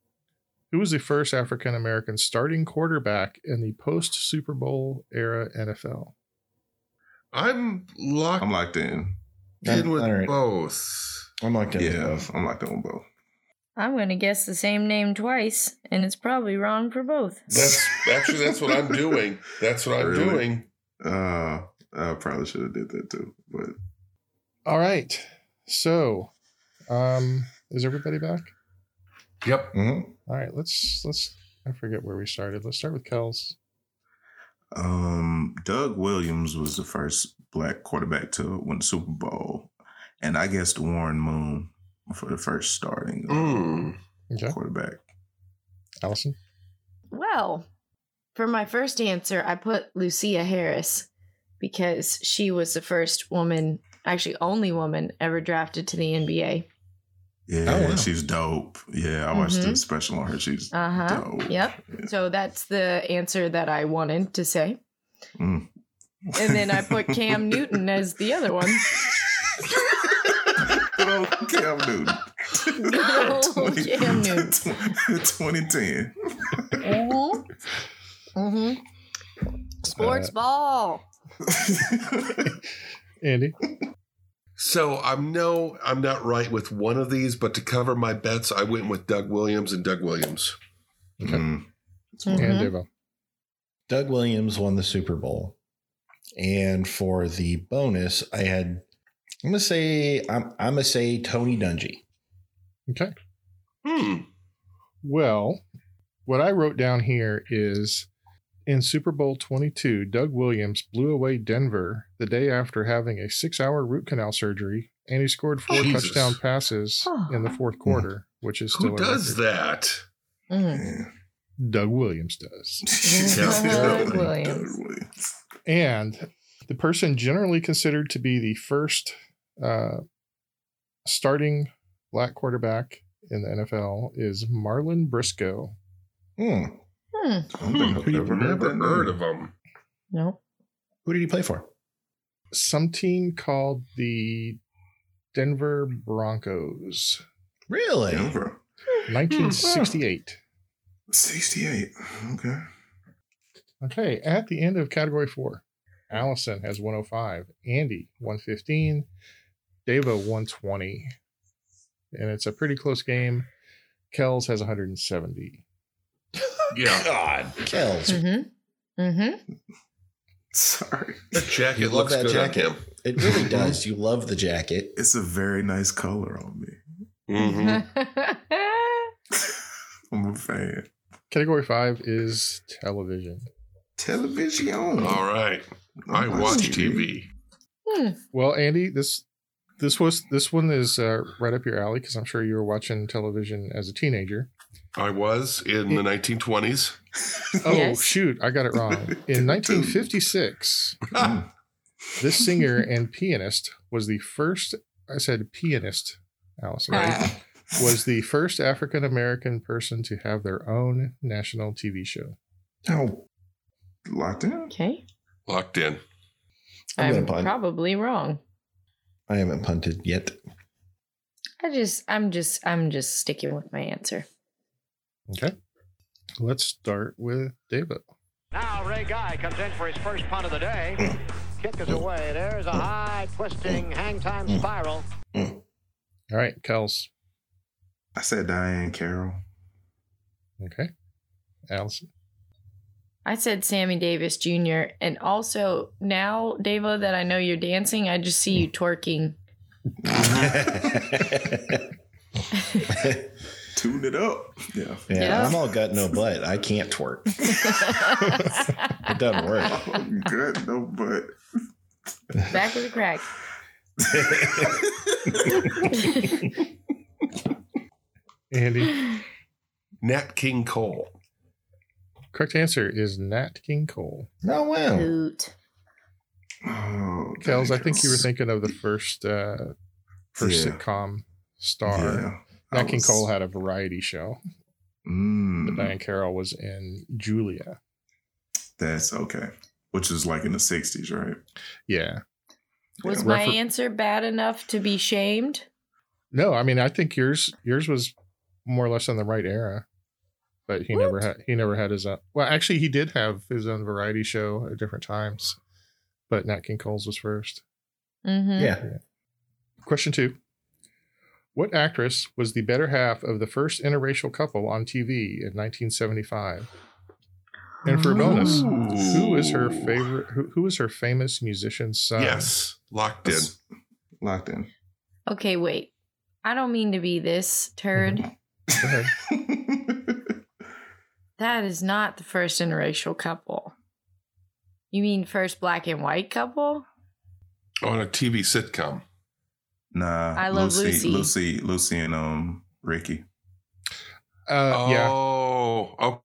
who was the first African American starting quarterback in the post Super Bowl era NFL? I'm locked, I'm locked in. in I'm- with all right. both. I'm locked in. Yeah, I'm locked in on both. I'm going to guess the same name twice, and it's probably wrong for both. That's actually that's what I'm doing. That's what I'm Really? doing. Uh, I probably should have did that too, but All right, so um, is everybody back? Yep. Mhm. All right, let's let's. I forget where we started. Let's start with Kels. Um, Doug Williams was the first black quarterback to win the Super Bowl, and I guessed Warren Moon for the first starting uh, Mm. Okay, quarterback. Allison. Well, for my first answer, I put Lucia Harris because she was the first woman, actually only woman ever drafted to the NBA. Yeah, Oh, wow. she's dope. Yeah, I watched Mhm. the special on her. She's Uh-huh. dope. Yep. So that's the answer that I wanted to say. Mm. And then I put Cam Newton as the other one. Good old Cam Newton. Good old Oh, Cam Newton. 2010. Mm-hmm. Mm-hmm. Sports Uh, ball. Andy. So I'm no, I'm not right with one of these, but to cover my bets, I went with Doug Williams and Doug Williams. Mm. And uh, Mhm. Devo. Doug Williams won the Super Bowl. And for the bonus, I had I'm gonna say I'm I'm gonna say Tony Dungy. Okay. Hmm. Well, what I wrote down here is in Super Bowl 22, Doug Williams blew away Denver the day after having a six hour root canal surgery, and he scored four Jesus. Hmm. touchdown passes in the fourth quarter, which is still Who a does record. that? Mm. Yeah. Doug Williams does. Doug Williams. Doug Williams. And the person generally considered to be the first uh, starting black quarterback in the NFL is Marlon Briscoe. Hmm. Hmm. I don't think I've ever heard Never that heard of name. him. Nope. Who did he play for? some team called the Denver Broncos, Really? Denver. 1968. 68. Okay. Okay, at the end of category four, Allison has 105, Andy 115, Deva 120, and it's a pretty close game. Kells has 170. Yeah. God, Kells. Mm-hmm. Mm-hmm. Sorry. That jacket You love looks that good jacket? on him. It really does. You love the jacket. It's a very nice color on me. Mm-hmm. Mhm. I'm a fan. Category five is television. Television. Oh, All right. I watch TV. Well, Andy, this this was this one is uh, right up your alley because I'm sure you were watching television as a teenager. I was in the 1920s. Oh Yes. shoot, I got it wrong. In 1956, Mm. this singer and pianist was the first. I said pianist, Allison. right? Uh, Was the first African American person to have their own national TV show. Oh. Locked in? okay. Locked in. I'm I'm gonna punt. probably wrong. I haven't punted yet. I just I'm just I'm just sticking with my answer. Okay, let's start with David. Now Ray Guy comes in for his first punt of the day. Hmm. Kick is away. There's a high twisting hang time spiral. All right, Kels. I said Diane Carroll. Okay, Allison. I said Sammy Davis Jr. And also now, Davo, that I know you're dancing, I just see you twerking. Tune it up. Yeah. yeah, Yeah. I'm all gut no butt. I can't twerk. It doesn't work. Oh, good. No, but. Back with a crack. Andy. Nat King Cole. Correct answer is Nat King Cole. No wow. Hoot. Oh, Kels, I Diane think you were Carroll. thinking of the first uh, first Yeah. sitcom star. I Nat King was- Cole had a variety show, but Mm, Diane Carroll was in Julia. that's okay. Which is like in the 60s, right? Yeah. Was Yeah, my refer- answer bad enough to be shamed? No, I mean I think yours yours was more or less in the right era. But he never What? had he never had his own well, actually he did have his own variety show at different times. But Nat King Cole's was first. Mm-hmm. Yeah. Question two. What actress was the better half of the first interracial couple on TV in 1975? And for a bonus, who is her favorite? Who, who is her famous musician's son? yes. Locked in. That's- Locked in. Okay, wait. I don't mean to be this turd. Go ahead. That is not the first interracial couple. You mean first black and white couple? On a TV sitcom. nah. I love Lucy. Lucy, Lucy and um Ricky. Uh, Yeah, oh,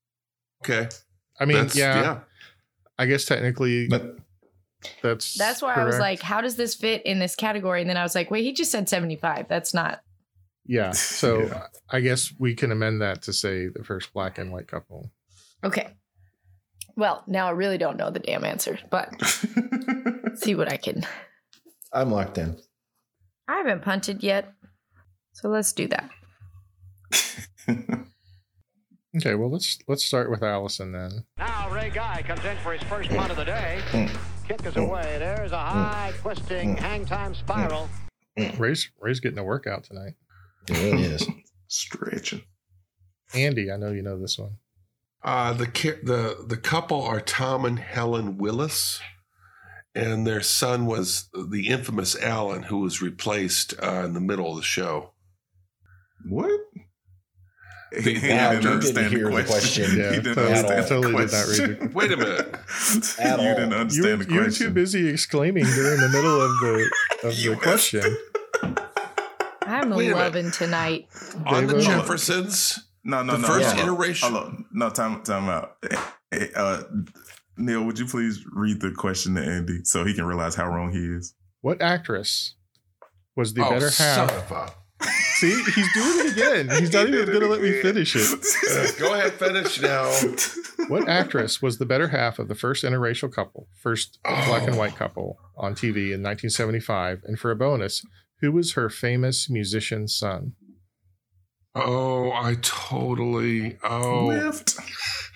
okay. I I mean, Oh, That's- yeah, I guess technically But that's That's why I was correct. like, how does this fit in this category? And then I was like, wait, he just said 75. That's not. yeah. So Yeah. I guess we can amend that to say the first black and white couple. Okay. Well, now I really don't know the damn answer, but see what I can. I'm locked in. I haven't punted yet. So let's do that. Okay, well let's let's start with Allison then. Now Ray Guy comes in for his first Hmm. punt of the day. Mm. Kick is Mm. away. There's a high twisting Hmm. hang time spiral. Ray's Ray's getting a workout tonight. It really is. Stretching. Andy, I know you know this one. Uh, the ki- the the couple are Tom and Helen Willis, and their son was the infamous Alan, who was replaced uh, in the middle of the show. What? The- he Wow, you didn't didn't understand hear the the question. question. Yeah, he didn't totally- understand totally the did not read question. the- Wait a minute. At you all. didn't You were, understand the you were too question. busy exclaiming during the middle of the of You the missed. question. I'm Wait a minute. loving tonight. On the David? Jeffersons, No, no, the no. first hold on. iteration. Hold on. No, time, time out. Eh, Uh, Neil, would you please read the question to Andy so he can realize how wrong he is? What actress was the Oh, better son half? of a- See, he's doing it again. He's not He even did it going to let me again. finish it. Go ahead, finish now. What actress was the better half of the first interracial couple, first black Oh. and white couple on TV in 1975? And for a bonus, who was her famous musician son? Oh, I totally. Oh, Lift.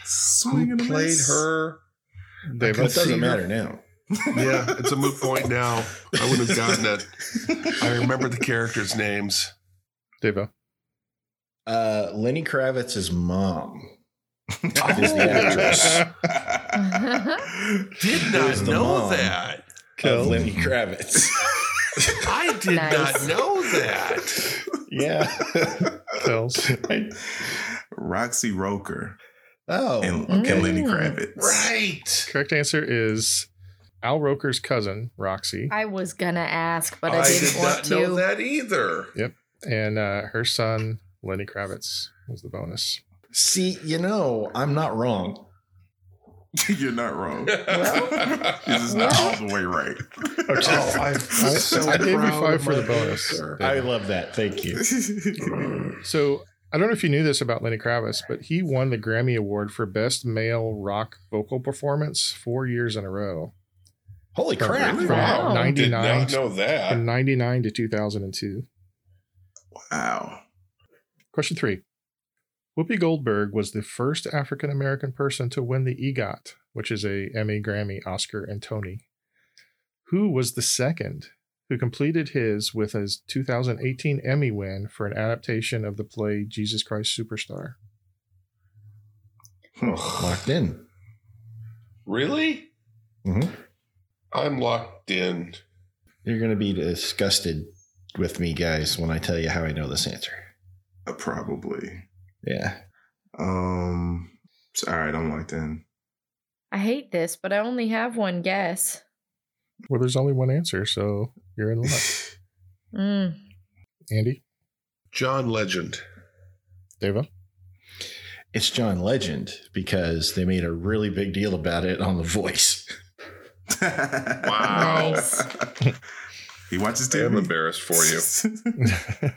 Swing who and a played miss. her? They But it both- doesn't matter now. Yeah, it's a moot point now. I would have gotten it. I remember the characters' names. Devo. Uh, Lenny Kravitz's mom. Is the actress. Did There's not the know mom. that. Of Kill. Lenny Kravitz. I did Nice. not know that. yeah. Kills. Roxy Roker Oh, and, okay. and Lenny Kravitz. Right. Correct answer is Al Roker's cousin, Roxy, I was going to ask, but I, I didn't did want not to. know that either. and uh, her son, Lenny Kravitz, was the bonus. See, you know, I'm not wrong. You're not wrong. This is not all the way right. Oh, I, I, I gave you five for the bonus. I love that. Thank you. So I don't know if you knew this about Lenny Kravitz, but he won the Grammy Award for Best Male Rock Vocal Performance four years in a row. Holy crap. From Wow. Did 99 not know from that. 99 to 2002. wow. Question three. Whoopi Goldberg was the first African American person to win the EGOT, which is a Emmy, Grammy, Oscar, and Tony. Who was the second who completed his with his 2018 Emmy win for an adaptation of the play Jesus Christ Superstar? Locked in. Really? Mhm. I'm locked in. You're going to be disgusted with me, guys, when I tell you how I know this answer. Uh, Probably. Yeah. Um. All right, I'm locked in. I hate this, but I only have one guess. Well, there's only one answer, so you're in luck. Mm. Andy, John Legend. Deva, It's John Legend because they made a really big deal about it on The Voice. wow. he watches I am TV. embarrassed for you.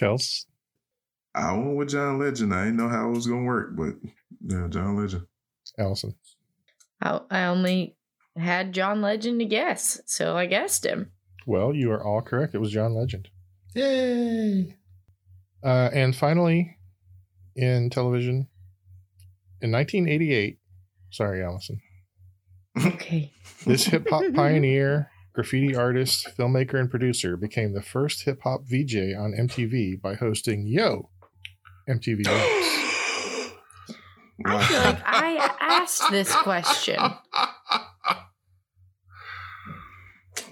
Kels, I went with John Legend. I didn't know how it was gonna work, but yeah, John Legend. Allison. I, I only had John Legend to guess, so I guessed him. Well, you are all correct. It was John Legend. Yay. Uh, and finally, in television, in 1988, sorry, Allison, Okay. this hip hop pioneer, graffiti artist, filmmaker, and producer became the first hip hop VJ on MTV by hosting Yo! MTV Raps. I feel like I asked this question.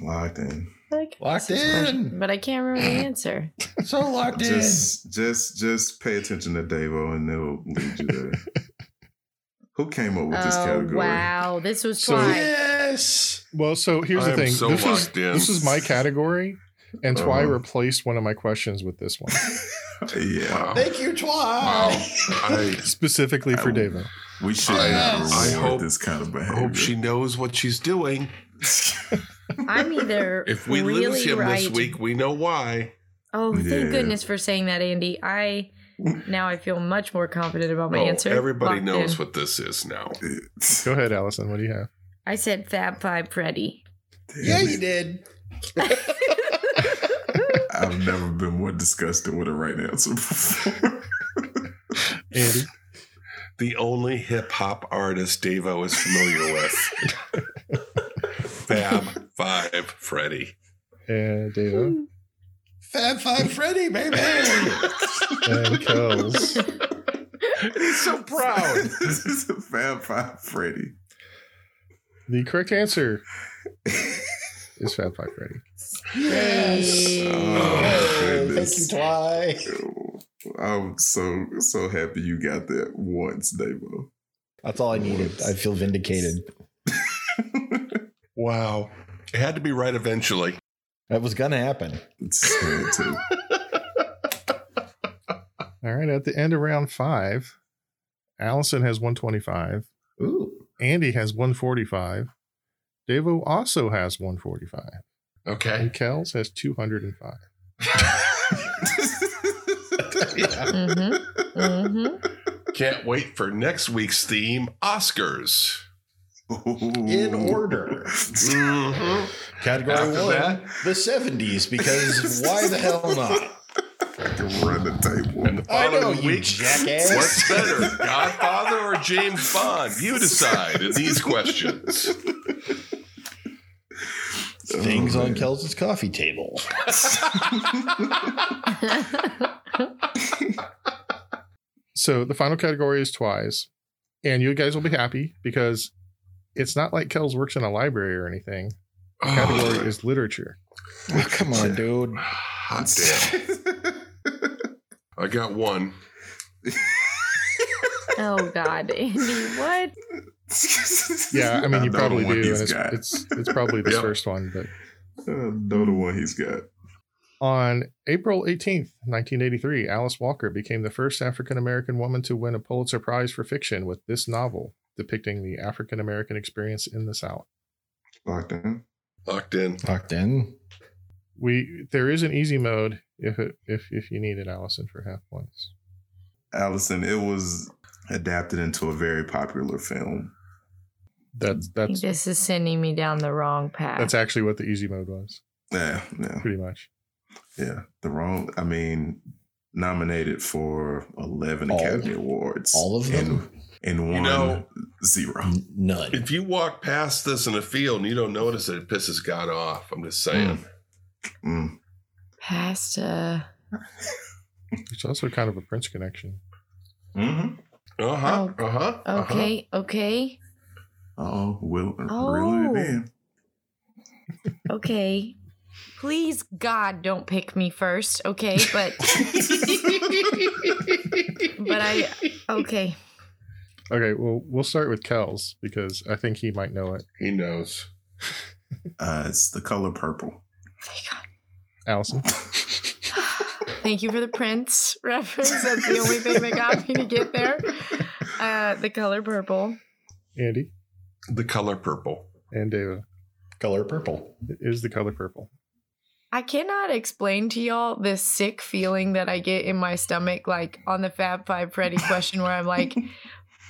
Locked in. Like Locked this is question- in. but I can't remember the answer. So locked Just, just, just pay attention to Davo, and it'll lead you there. Who came up with this Oh category? wow, this was So- in. Twy. Yes. Well, so here's the I am thing. so this, was, locked in. this is my category, and Twy Uh-huh. replaced one of my questions with this one, Yeah. Wow. Thank you, Twy. Wow. I, specifically for Oh. David. We should not I reward hope- this kind of I behavior. hope she knows what she's doing. I'm either If we really lose him right. this week, we know why. Oh, thank Yeah. goodness for saying that, Andy. I now I feel much more confident about my Oh, answer. everybody Locked knows in. what this is now. Go ahead, Allison. What do you have? I said. Fab Five Freddy. Yeah, you did. I've never been more disgusted with a right answer before. Andy. The only hip hop artist Dave O is familiar with. Fab Five Freddy. And Dave. Fab Five Freddy, baby. and Kells. He's so proud. this is a Fab Five Freddy. The correct answer is Fab Five Freddy. yes. Oh, Hey, thank you, goodness. Twy. Oh, I'm so so happy you got that once, Davo. That's all I needed. I feel vindicated. Wow. It had to be right eventually. That was gonna happen. It's sad too. All right. At the end of round five, Allison has 125. Ooh. Andy has 145. Devo also has 145. Okay. And Kells has 205. Mm-hmm. Mm-hmm. Can't wait for next week's theme Oscars. In order. Mhm. Category After one, that- the 70s, because why the hell not? I can run the table. And the I following know, you week, jackass. what's better, Godfather or James Bond? You decide in these questions. Things on Kels' coffee table. Mm-hmm. So the final category is twice. And you guys will be happy because it's not like Kells works in a library or anything. The category is literature. Oh, come on, dude. Hot damn. I got one. Oh God, Andy, what? Yeah, I mean, you know the probably do. one And he's it's, got. it's, it's probably the Yep. first one, but I know the one he's got. On April 18th, 1983, Alice Walker became the first African American woman to win a Pulitzer Prize for fiction with this novel depicting the African American experience in the South. Locked in. Locked in. Locked in. We there is an easy mode if it, if if you need it, Allison, for half points. Allison, it was adapted into a very popular film. That's that's This is sending me down the wrong path. that's actually what the easy mode was, Yeah, yeah, pretty much. yeah. The wrong, I mean, nominated for 11 All? Academy Awards. All of them? And, and You one know- zero. N- None. If you walk past this in a field and you don't notice it, it pisses God off. I'm just saying. Mm. Pasta. It's also kind of a Prince connection. Mm-hmm. Uh huh. Oh, Uh huh. Okay, okay, Oh, will Oh. reel it in. okay. Please, God, don't pick me first, okay? But but I okay. Okay, well we'll start with Kells because I think he might know it. He knows. Uh, it's the color purple. Allison, Thank you for the Prince reference. That's the only thing that got me to get there. Uh, the color purple. Andy, The color purple. and Deva Color purple. It is the color purple. I cannot explain to y'all this sick feeling that I get in my stomach, like on the Fab Five Freddy question, where I'm like,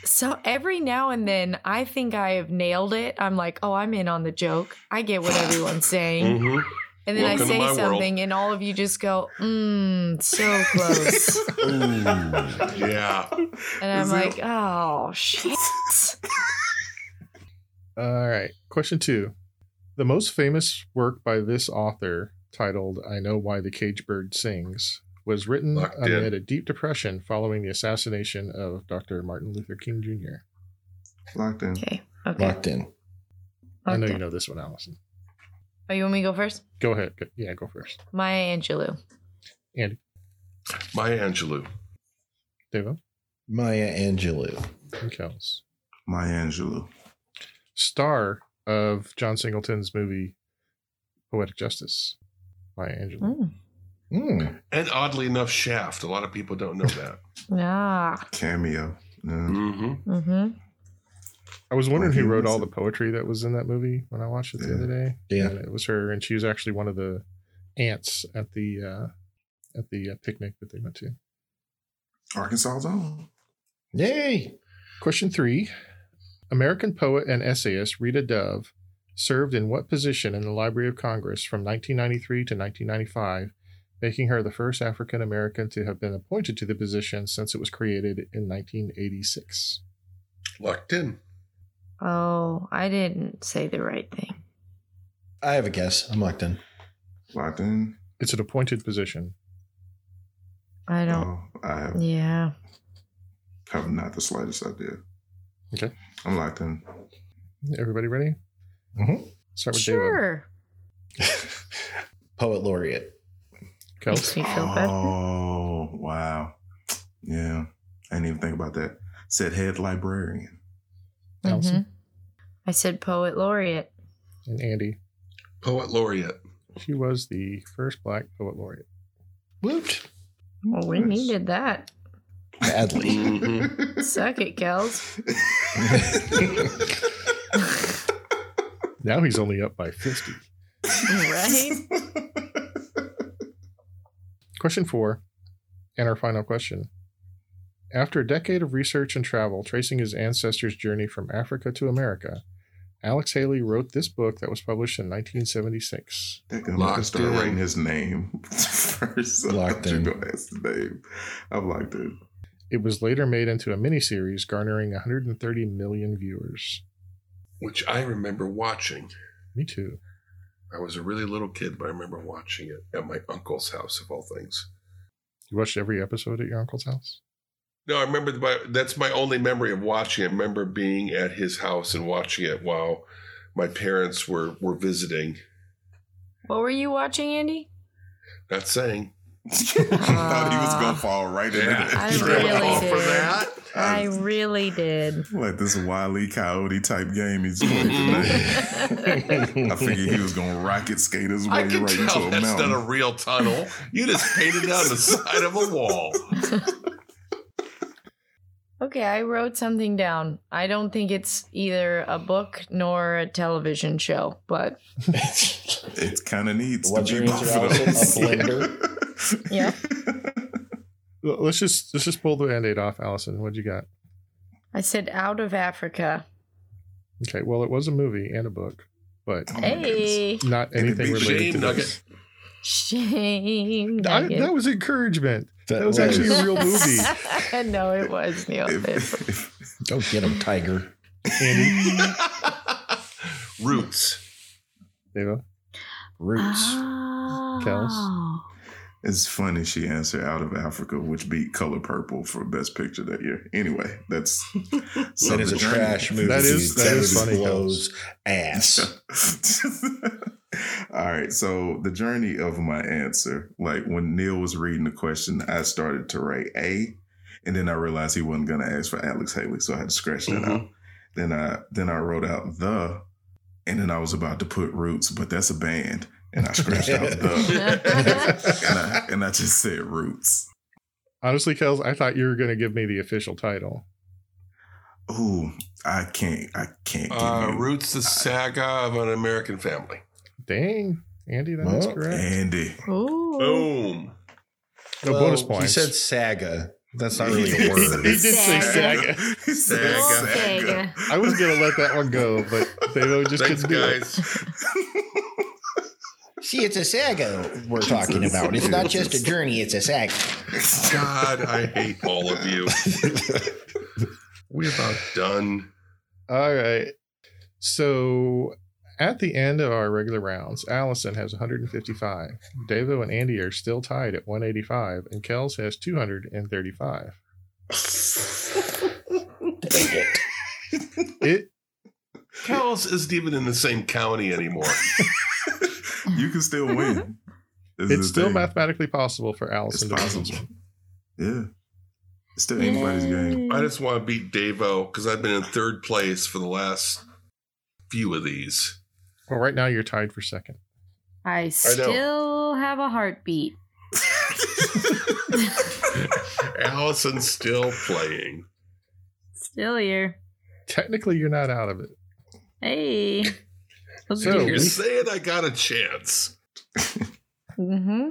so every now and then I think I have nailed it. I'm like, oh, I'm in on the joke. I get what everyone's saying. Mm-hmm. And then Welcome to I my say world. something, and all of you just go, mmm, so close. Yeah. and I'm Is like, it- oh, shit. All right. Question two. The most famous work by this author, titled I Know Why the Cage Bird Sings, was written Locked in. amid a deep depression following the assassination of Dr. Martin Luther King Jr. Locked in. Okay. Okay. Locked in. I know Okay. you know this one, Allison. Oh, you want me to go first? Go ahead. Go- Yeah, go first. Maya Angelou. Andy, Maya Angelou. Devo, Maya Angelou. and Kells. Maya Angelou. Star of John Singleton's movie Poetic Justice. Maya Angelou. Mm. Mm. And oddly enough, Shaft. A lot of people don't know that. Ah. Cameo. Yeah. Mm-hmm. Mm-hmm. I was wondering Well, who he wrote was all a- the poetry that was in that movie when I watched it the Yeah. other day. Yeah. And it was her, and she was actually one of the ants at the uh, at the uh, picnic that they went to. Arkansas's own. Yay. Question three: American poet and essayist Rita Dove served in what position in the Library of Congress from 1993 to 1995, making her the first African American to have been appointed to the position since it was created in 1986. Locked in. Oh, I didn't say the right thing. I have a guess. I'm locked in. Locked in. It's an appointed position. I don't. No, I have, Yeah. have not the slightest idea. Okay. I'm locked in. Everybody ready? Mm-hmm. Mhm. Start with David. Sure. Poet laureate. Kels. Makes me feel better. Oh, wow. Yeah. I didn't even think about that. Said head librarian. Allison. Mhm. I said poet laureate. and Andy. Poet laureate. She was the first black poet laureate. Woot. Well, we Nice. needed that. Badly. Mhm. Suck it, Kels. Now he's only up by 50. Right? Question four, and our final question. After a decade of research and travel tracing his ancestors' journey from Africa to America, Alex Haley wrote this book that was published in 1976. That gonna Locked start in. writing his name first. I Locked thought you in. gonna ask the name. I'm locked in. It was later made into a miniseries, garnering 130 million viewers. Which I remember watching. Me too. I was a really little kid, but I remember watching it at my uncle's house, of all things. You watched every episode at your uncle's house? No, I remember my, that's my only memory of watching it. I remember being at his house and watching it while my parents were, were visiting. What were you watching, Andy? Not saying. I thought he was Ah. gonna fall right into that. I trap. really All for did. that? I really did. Like this wily coyote type game he's playing tonight. I figured he was gonna rocket skate his way I right can into tell a that's not a mountain. real tunnel. You just painted down the side of a wall. Okay, I wrote something down. I don't think it's either a book nor a television show, but It kind of needs What's to your be both of answer, those. Allison? A blender? Yeah. L- Let's just let's just pull the band-aid off, Allison. What'd you got? I said out of Africa. Okay, well it was a movie and a book, but Oh my goodness. Hey, not And it anything beat related Shane to this. Nugget. shame. I- nugget. that was encouragement. That That was actually a real movie. no, it was Neil. If- if- Don't get him, Tiger. Andy, Roots. Deva, Roots. Ah. Oh. It's funny she answered out of Africa, which beat Color Purple for Best Picture that year. Anyway, that's that is a trash movie. That is- dude. that is just funny, Blows ass. All right, so the journey of my answer, like when Neil was reading the question, I started to write A, and then I realized he wasn't gonna ask for Alex Haley, so I had to scratch that out. Then I then I wrote out the, and then I was about to put Roots, but that's a band, and I scratched out the, and I and I just said Roots. honestly, Kels, I thought you were going to give me the official title. Ooh, I can't. I can't. Uh, give you Roots, the saga of an American family. Dang, Andy, that is Well, correct. Andy. Ooh. Boom. No Well, bonus He points. said saga. That's not really a He did word. say Saga. saga. He said Saga. saga. I was going to let that one go, but Devo just Thanks, couldn't do it. guys. See, it's a saga we're talking about. It's not just a journey, it's a saga. God, I hate all of you. We're about done. All right. So at the end of our regular rounds, Allison has 155. Devo and Andy are still tied at 185, and Kels has 235. It Callis isn't even in the same county anymore. you can still win. This it's is the still thing. mathematically possible for It's Allison to possible. Yeah. It's still anybody's game. I just want to beat Davo because I've been in third place for the last few of these. Well, right now you're tied for second. I still have a heartbeat. Allison's still playing. Still here. Technically, you're not out of it. Hey. Those So are You're we- saying I got a chance. Mm-hmm.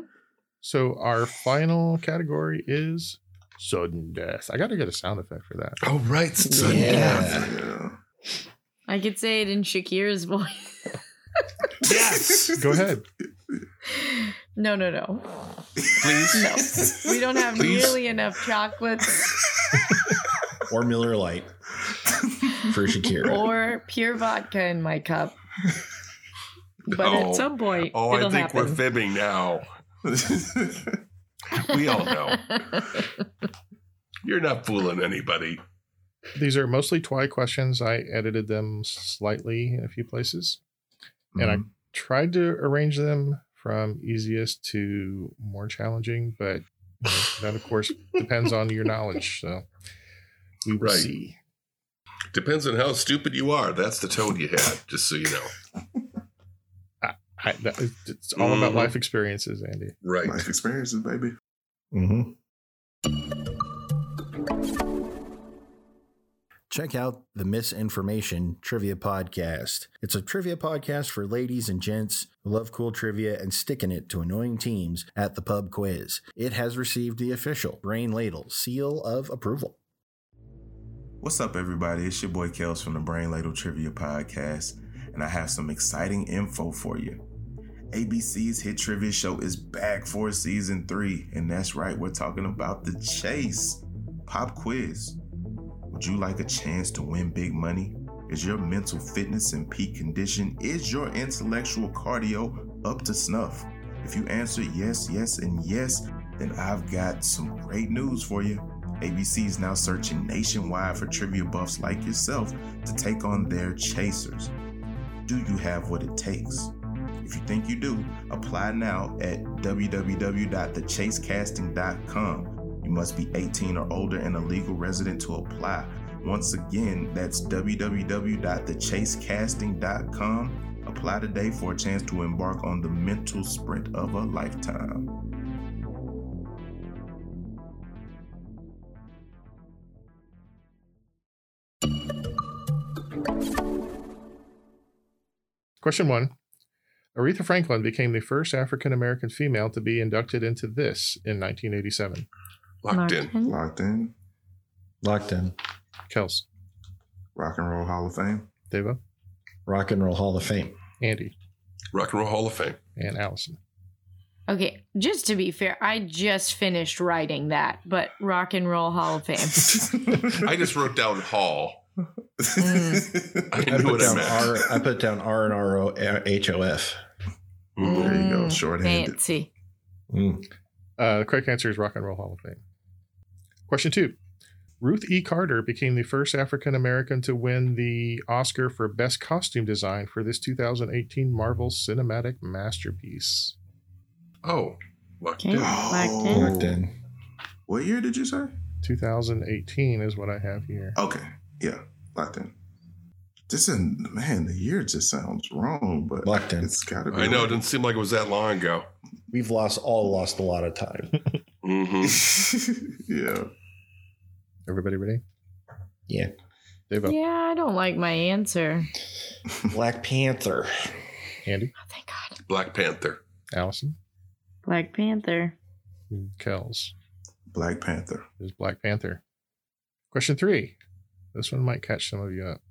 So our final category is sudden death. I got to get a sound effect for that. Oh, right. Son Yeah. death. I could say it in Shakira's voice. Yes. Go ahead. No, no, no. Please. No. We don't have Please. nearly enough chocolates or Miller Lite for Shakira. or pure vodka in my cup. But No. at some point, Oh, it'll I think happen. we're fibbing now. We all know. You're not fooling anybody. These are mostly Twi questions. I edited them slightly in a few places. And I tried to arrange them from easiest to more challenging, but that, of course, depends on your knowledge. So we will Right. see. Depends on how stupid you are. That's the tone you had, just so you know. I, that, it's all about Mhm. life experiences, Andy. Right. life experiences, baby. Mhm. Check out the Misinformation Trivia Podcast. It's a trivia podcast for ladies and gents who love cool trivia and sticking it to annoying teams at the pub quiz. It has received the official Brain Ladle seal of approval. What's up, everybody? It's your boy Kels from the Brain Ladle Trivia Podcast, and I have some exciting info for you. ABC's Hit Trivia Show is back for season three, and that's right, we're talking about the Chase Pop Quiz. Would you like a chance to win big money? Is your mental fitness in peak condition? Is your intellectual cardio up to snuff? If you answer yes, yes, and yes, then I've got some great news for you. ABC is now searching nationwide for trivia buffs like yourself to take on their chasers. Do you have what it takes? If you think you do, apply now at www.thechasecasting.com. You must be 18 or older and a legal resident to apply. Once again, that's www.thechasecasting.com. Apply today for a chance to embark on the mental sprint of a lifetime. Question one Aretha Franklin became the first African American female to be inducted into this in 1987. Locked in. Locked in. Locked in. Kels, Rock and Roll Hall of Fame. Deva, Rock and Roll Hall of Fame. Andy, Rock and Roll Hall of Fame. and Allison. Okay, just to be fair, I just finished writing that, but Rock and Roll Hall of Fame. I just wrote down Hall. Mm. I I knew put, what I down meant. R, I put down R and R O H O F. there you go. Mm, Shorthanded. Fancy. Mm. Uh, the correct answer is Rock and Roll Hall of Fame. Question two Ruth E. Carter became the first African American to win the Oscar for Best Costume Design for this 2018 Marvel Cinematic Masterpiece. Oh, locked Okay. in. Locked in. Locked in. What year did you say? 2018 is what I have here. Okay. Yeah. Locked in. This is man, the year just sounds wrong, but Locked in. it's gotta be. I know. It right. didn't seem like it was that long ago. We've lost all lost a lot of time. Mm-hmm. yeah. Everybody ready? Yeah. Dave, up. Yeah, I don't like my answer. Black Panther. Andy, Oh, thank God. Black Panther. Allison, Black Panther. and Kells. Black Panther. is Black Panther. Question three. This one might catch some of you up.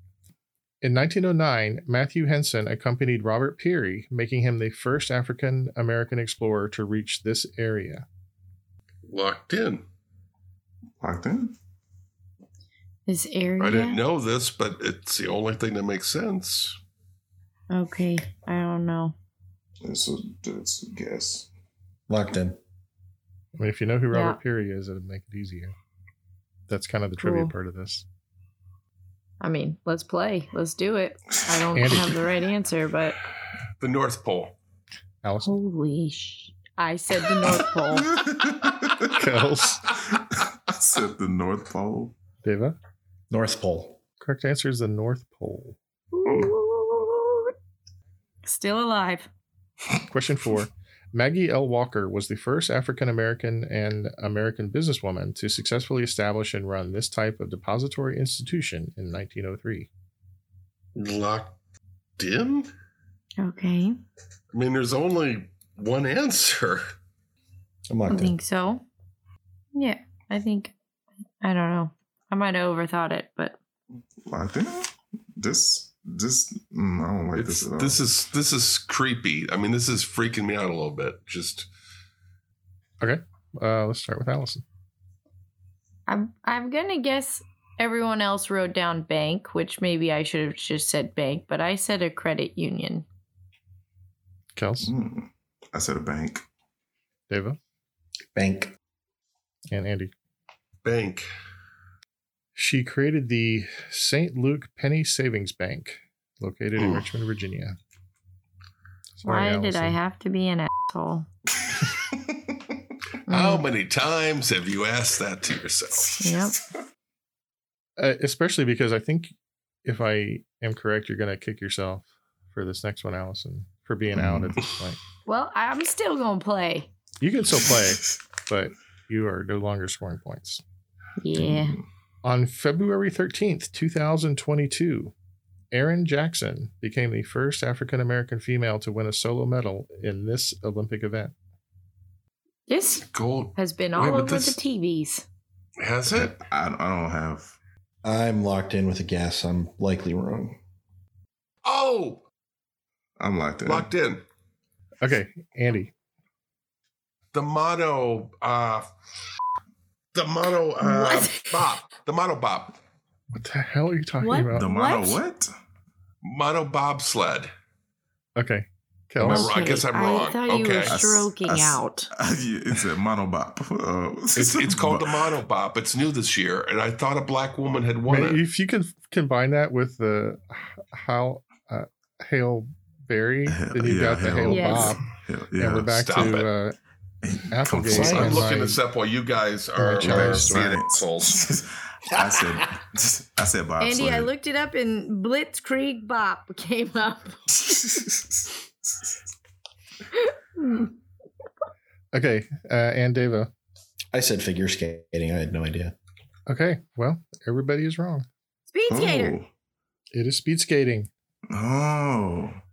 In 1909, Matthew Henson accompanied Robert Peary, making him the first African American explorer to reach this area. Locked in. Locked in. This area. I didn't know this, but it's the only thing that makes sense. Okay, I don't know. It's a, it's a guess. Locked in. I mean, if you know who Robert Yeah. Peary is, it'd make it easier. That's kind of the trivia Cool. part of this. I mean, let's play. Let's do it. I don't Andy. have the right answer, but The North Pole. Allison holy sh! I said the North Pole. Kells. I said the North Pole. Deva. North Pole. Correct answer is the North Pole. Still alive. Question four. Maggie L. Walker was the first African American and American businesswoman to successfully establish and run this type of depository institution in 1903. Locked in? Okay. I mean, there's only one answer. I'm I locked in. think so. Yeah, I think. I don't know. I might have overthought it, but Locked in? This, this, mm, I don't like It's, this at all. this is this is creepy. I mean, this is freaking me out a little bit. Just Uh, let's start with Allison. I'm I'm gonna guess everyone else wrote down bank, which maybe I should have just said bank, but I said a credit union. Kels, Mm. I said a bank. Deva, Bank. and Andy. bank. She created the St. Luke Penny Savings Bank, located in Ooh. Richmond, Virginia. Why Sorry, did I Allison. have to be an asshole? Mm, How many times have you asked that to yourself? Yep. Uh, especially because I think, if I am correct, you're going to kick yourself for this next one, Allison, for being out at this point. Well, I'm still gonna play. You can still play, but you are no longer scoring points. Yeah. On February 13th, 2022, Erin Jackson became the first African American female to win a solo medal in this Olympic event. This Gold has been Wait, all but over this- the TVs. has it? I, I don't have. I'm locked in with a guess. I'm likely wrong. Oh, I'm locked in. locked in. Okay, Andy, The motto. Uh, the motto. Uh, What? Bob. The motto. Bob. what the hell are you talking What? about? The motto What? what? Mono bobsled. Okay, Am I Kels, wrong? Oh, I guess I'm wrong. I thought you Okay. were I s- stroking I s- out. it's a monobop. Uh, It's, it's called the mono bob. It's new this year, and I thought a black woman had won Maybe it. if you can combine that with the how uh, Hail Berry, then you Yeah, got the Hail Hail Yes. Bob, Hell, and we're yeah. back stop it. to uh, Applegate. Complete I'm Science. looking this up while you guys are, Right, are science. being assholes. I said, I said Bob. Andy, I looked it up and Blitzkrieg Bop came up. Okay, uh, and Deva. I said figure skating. I had no idea. Okay, well, everybody is wrong. Speed skater. Oh. It is speed skating. oh. Um,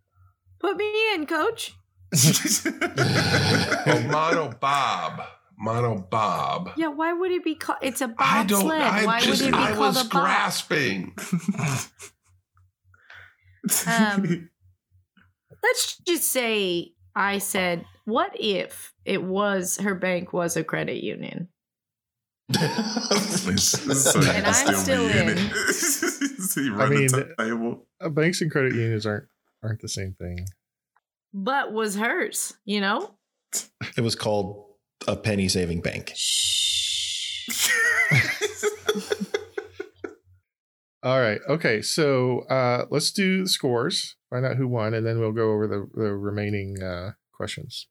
Put me in, coach. oh, mono bob. Mono bob. Yeah, why would it be called? It's a bobsled. I don't. I why just. would it be I called was a bob? grasping. Um, Let's just say I said, what if it was her bank was a credit union? So you And can I'm still still be in. it. so you run mean- the table. Uh, banks and credit unions aren't aren't the same thing. But was hers, you know? It was called a penny saving bank. All right. Okay. So uh, let's do the scores, find out who won, and then we'll go over the, the remaining uh, questions.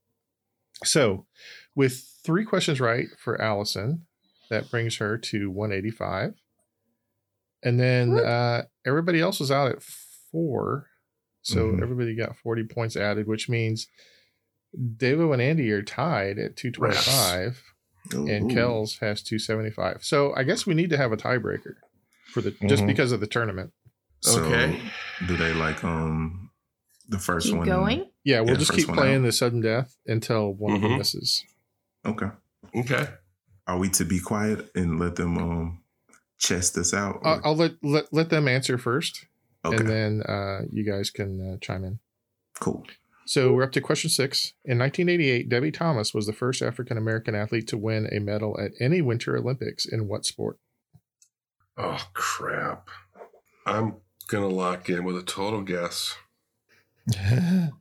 So, with three questions right for Allison, that brings her to 185. And then uh, everybody else was out at four. So Mhm. everybody got 40 points added, which means Devo and Andy are tied at 225 and Ooh. Kells has 275. So I guess we need to have a tiebreaker for the just Mm-hmm. Mhm. because of the tournament. So, Okay. Do they like um the first Keep one? going. Yeah, we'll Yeah, just first keep one playing out. Mm-hmm. the sudden death until one of them Mhm. misses. Okay. Okay. Are we to be quiet and let them um chest this out? I'll, Uh, I'll let, let let them answer first, okay. oh, and then uh, you guys can uh, chime in. cool. So we're up to question six. In 1988, Debbie Thomas was the first African American athlete to win a medal at any Winter Olympics in what sport? Oh crap! I'm gonna lock in with a total guess.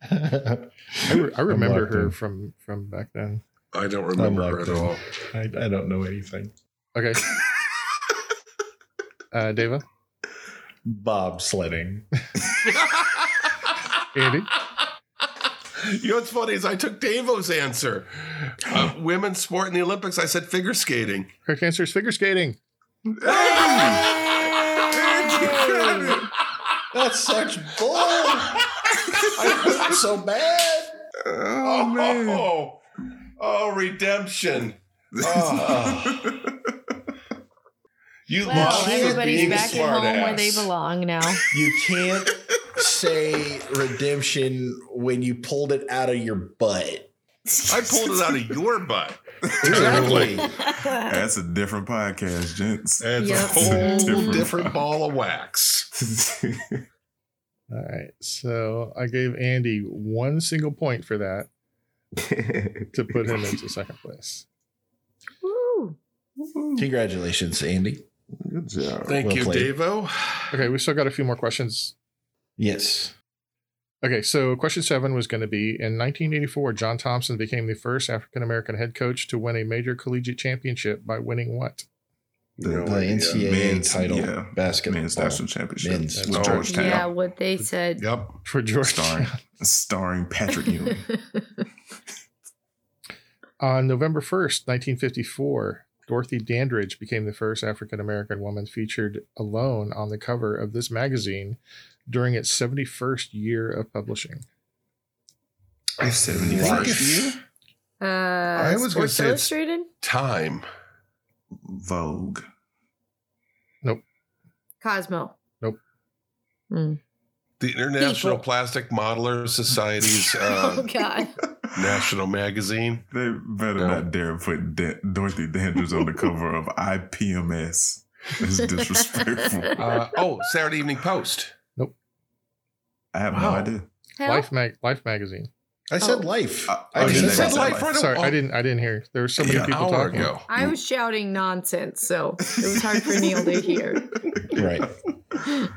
I, re- I I'm remember locked her in. from from back then. I don't remember her locked at in. all. I, I don't know anything. Okay, uh, Deva, Bob sledding. Andy, You know what's funny is I took Davo's answer. Uh, women's sport in the Olympics. I said figure skating. her answer is figure skating. That's such bull. I feel so bad. Oh, man. Oh, oh, redemption. Oh. you Well, lost for everybody's being a back at smart home where ass. belong now. You can't say redemption when you pulled it out of your butt. I pulled it out of your butt. Exactly. That's a different podcast, gents. It's Yep. a whole Different. different ball of wax. All right. So I gave Andy one single point for that to put him into second place. Woo. Congratulations, Andy. Good job. Thank Well you, played. Davo. Okay. We still got a few more questions. Yes. Okay. So question seven was going to be in 1984, John Thompson became the first African American head coach to win a major collegiate championship by winning what? The- The No idea. NCAA Men's- title yeah. basketball. Men's national championship. Men's with national Georgetown. Yeah, what they said. Yep. For Georgetown. Starring, starring Patrick Ewing. On November 1st, 1954, Dorothy Dandridge became the first African American woman featured alone on the cover of this magazine during its 71st year of publishing. I seventy first Uh, I was gonna say it's- Illustrated. Time. Vogue. Cosmo. Nope. Hmm. The International People. Plastic Modeler Society's uh, oh God. national magazine. They better No. not dare put Da- Dorothy Dandridge on the cover of IPMS. It's disrespectful. Uh, oh, Saturday Evening Post. I have no Wow. idea. Hell? Life mag- Life magazine. I said Oh. life. I- I I just didn't said say life. that. right Sorry, on- I didn't I didn't hear. There were so many an people um, hour talking. ago. I was shouting nonsense, so it was hard for Neil to hear. Right.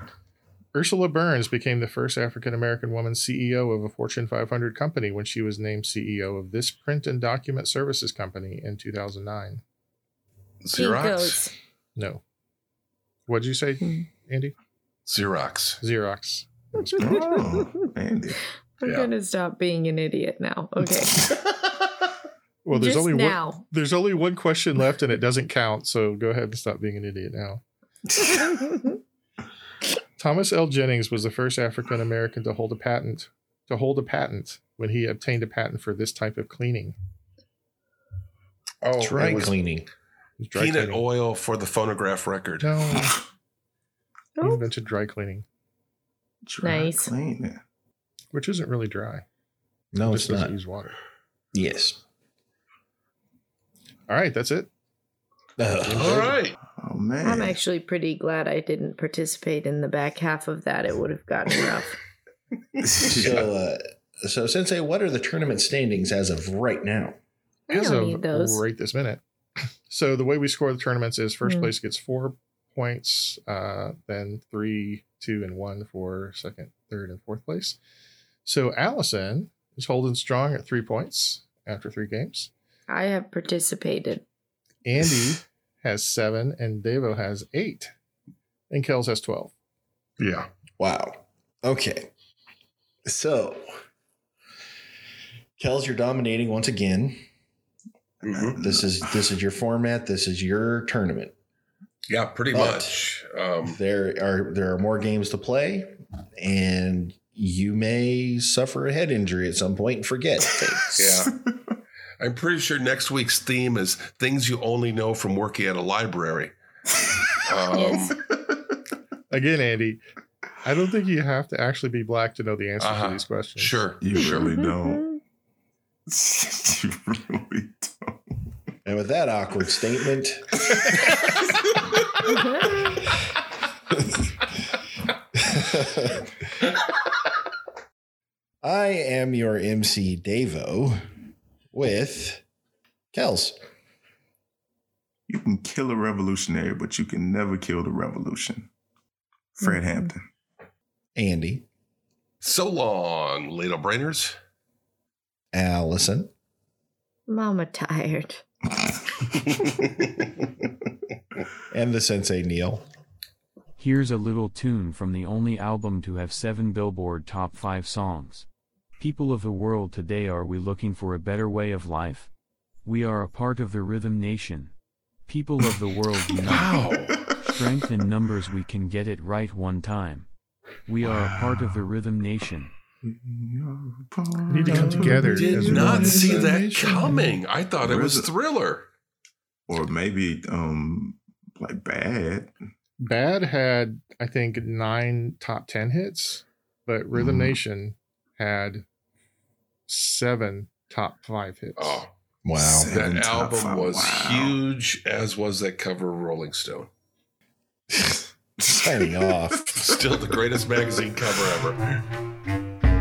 Ursula Burns became the first African American woman CEO of a Fortune 500 company when she was named CEO of this print and document services company in 2009. Xerox. Egos. No. What did you say, Hmm. Andy? Xerox. Xerox. Oh, Andy. I'm Yeah. gonna stop being an idiot now. Okay. Well, there's Just only one. now. There's only one question left and it doesn't count, so go ahead and stop being an idiot now. Thomas L. Jennings was the first African American to hold a patent to hold a patent when he obtained a patent for this type of cleaning. Oh, Dry it was cleaning. It was Dry peanut cleaning. oil for the phonograph record. No, he Oh. invented dry cleaning, Dry Nice. cleaning. which isn't really dry. No, It it's just doesn't not. use water. Yes. All right, that's it. Uh, All right. Oh man. I'm actually pretty glad I didn't participate in the back half of that. It would have gotten rough. so, uh, so Sensei, what are the tournament standings as of right now? I don't As of need those. right this minute. So the way we score the tournaments is first Mhm. place gets four points, uh, then three, two, and one for second, third, and fourth place. So Allison is holding strong at three points after three games. I have participated. Andy has seven, and Devo has eight, and Kells has twelve. Yeah. Wow. Okay. So, Kels, you're dominating once again. Mhm. This is this is your format. This is your tournament. Yeah, pretty But- much. Um, There are there are more games to play, and you may suffer a head injury at some point and forget. things. yeah. I'm pretty sure next week's theme is things you only know from working at a library. Um, Yes. Again, Andy, I don't think you have to actually be black to know the answers Uh-huh. to these questions. Sure. You sure. really don't. Mm-hmm. you really don't. And with that awkward statement, I am your MC Davo with Kels. You can kill a revolutionary, but you can never kill the revolution. Fred Mm-hmm. Hampton. Andy, So long, ladle brainers. Allison, Mama tired. and the Sensei Neil. Here's a little tune from the only album to have seven Billboard Top 5 songs. People of the world today are we looking for a better way of life? We are a part of the Rhythm Nation. People of the world unite. Wow. Strength in numbers we can get it right one time. We are a part of the Rhythm Nation. need to come together as Did one. not see that Nation. coming. I thought it Where was is it? Thriller. Or maybe um like bad. Bad had, I think, nine top 10 hits, but Rhythm Mhm. Nation had seven top five hits. Oh, Wow. that Seven top album five. was Wow. huge, as was that cover of Rolling Stone. Signing off. Still the greatest magazine cover ever.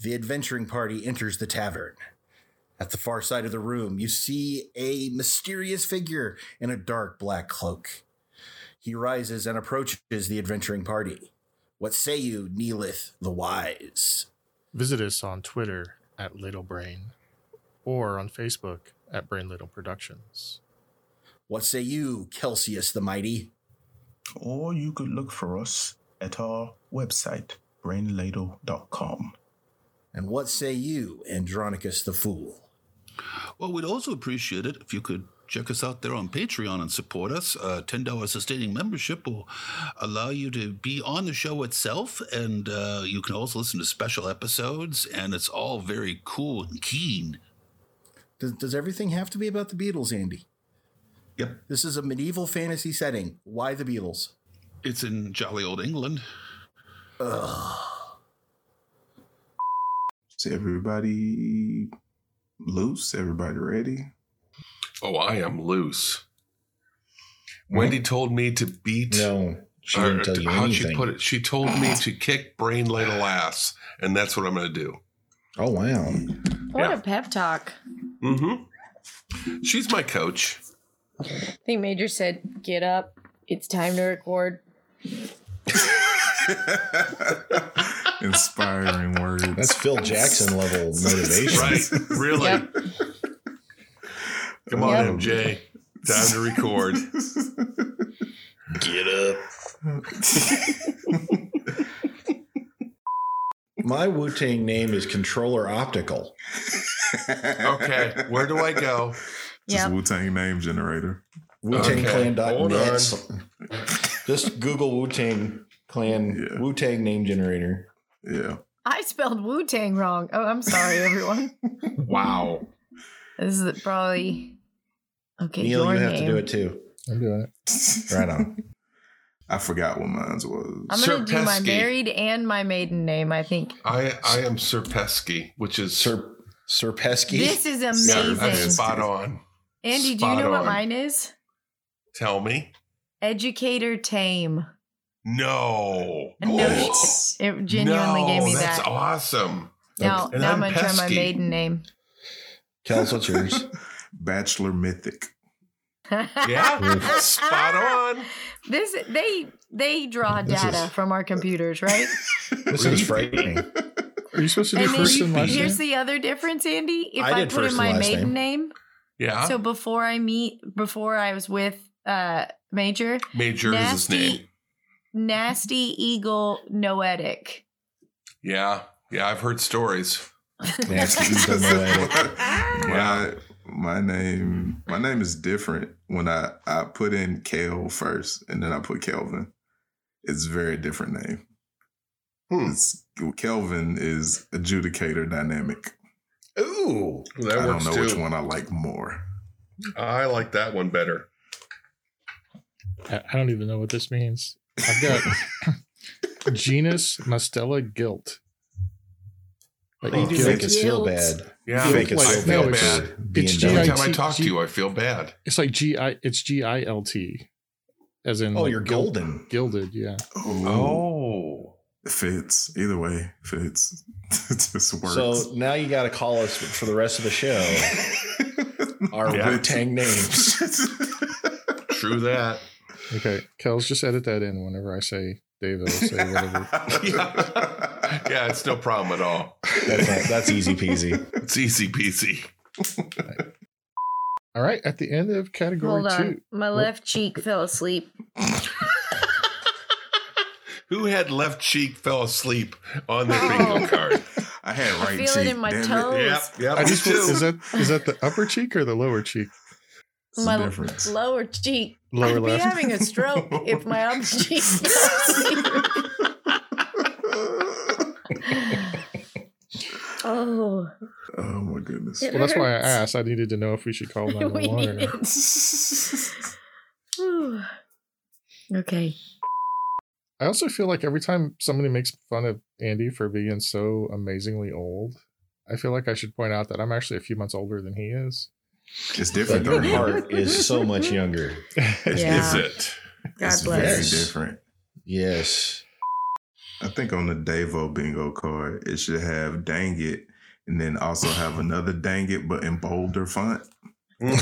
The adventuring party enters the tavern. At the far side of the room, you see a mysterious figure in a dark black cloak. He rises and approaches the adventuring party. What say you, Neelith the Wise? Visit us on Twitter at Little Brain or on Facebook at Brain Little Productions. What say you, Celsius the Mighty? Or you could look for us at our website, brainladle.com. And what say you, Andronicus the Fool? Well, we'd also appreciate it if you could check us out there on Patreon and support us. Uh, $10 sustaining membership will allow you to be on the show itself, and uh, you can also listen to special episodes, and it's all very cool and keen. Does, does everything have to be about the Beatles, Andy? Yep. This is a medieval fantasy setting. Why the Beatles? It's in jolly old England. Is everybody loose? Everybody ready? Oh, I am loose. Wendy told me to beat. No, she or didn't tell you how'd anything. she put it? She told me to kick brain ladle ass, and that's what I'm going to do. Oh wow. What Yeah. a pep talk. Mm-hmm. She's my coach. I think Major said, get up. It's time to record. Inspiring words. That's Phil Jackson level motivation. Right. Really. Yep. Come on, Yep. MJ. Time to record. Get up. My Wu Tang name is Controller Optical. Okay. Where do I go? Just Yep. Wu Tang name generator. Wu Tang Okay, Clan hold Clan.net. Just Google Wu Tang Clan Yeah. Wu Tang name generator. Yeah. I spelled Wu Tang wrong. Oh, I'm sorry, everyone. Wow. this is probably okay. Neil, your you have name. to do it too. I'm doing it. Right on. I forgot what mine's was. I'm gonna do my Serpesky. married and my maiden name. I think I I am Sir Pesky, which is Sir Sir Pesky. this is Yeah, amazing. that's spot on. Andy, do you spot know what on. mine is? Tell me. Educator Tame. No. No, What? It genuinely No, gave me that's that. awesome. Now, And now I'm I'm gonna try my pesky. maiden name. Tell us what's yours. Bachelor Mythic. Yeah. spot on. This they they draw This data is- from our computers, right? This is frightening. Are you supposed to do and then first and last here's name? the other difference, Andy. If I I, did put first in and my last maiden name, Yeah. so before I meet, before I was with uh Major, Major is his nasty- name. Nasty Eagle Noetic. Yeah. Yeah, I've heard stories. Nasty Eagle Noetic. my, my name my name is different when I, I put in Kale first and then I put Kelvin. It's a very different name. Hmm. It's Kelvin is adjudicator dynamic. Ooh. That I don't works know too. which one I like more. I like that one better. I I don't even know what this means. I've got genus Mustela Guilt. But Oh, you do Fake it. is feel bad. Yeah. Fake is Like, so no, bad. it's- for being it's dumb. Every GIT. time I talk to you, I feel bad. It's like G I. It's G I L T, as in Oh, like you're gild- golden. Gilded, yeah. Ooh. Oh. Fits. Either way, fits. it just works. So now you got to call us for the rest of the show. Our Yeah. Wu Tang names. True that. Okay, Kels, just edit that in whenever I say Dave. I'll say whatever. yeah. yeah, it's no problem at all. That's, not, that's easy peasy. It's easy peasy. All right, at the end of category Hold on. two. My left cheek fell asleep. Who had left cheek fell asleep on their Oh. bingo card? I had I right feel cheek. it in my damn toes. Yep, yep. I just me is too. that is that the upper cheek or the lower cheek? It's a my difference. lower cheek. Lower I'd be left. having a stroke if my other cheek Oh, Oh my goodness. It Well, that's why I hurts. asked. I needed to know if we should call we 911 or need not. it. Whew. okay. I also feel like every time somebody makes fun of Andy for being so amazingly old, I feel like I should point out that I'm actually a few months older than he is. It's But different though. your heart is so much younger. It's, Yeah. it's it. God it's bless. very Yes. different. Yes. I think on the Devo bingo card, it should have dang it and then also have another dang it but in bolder font.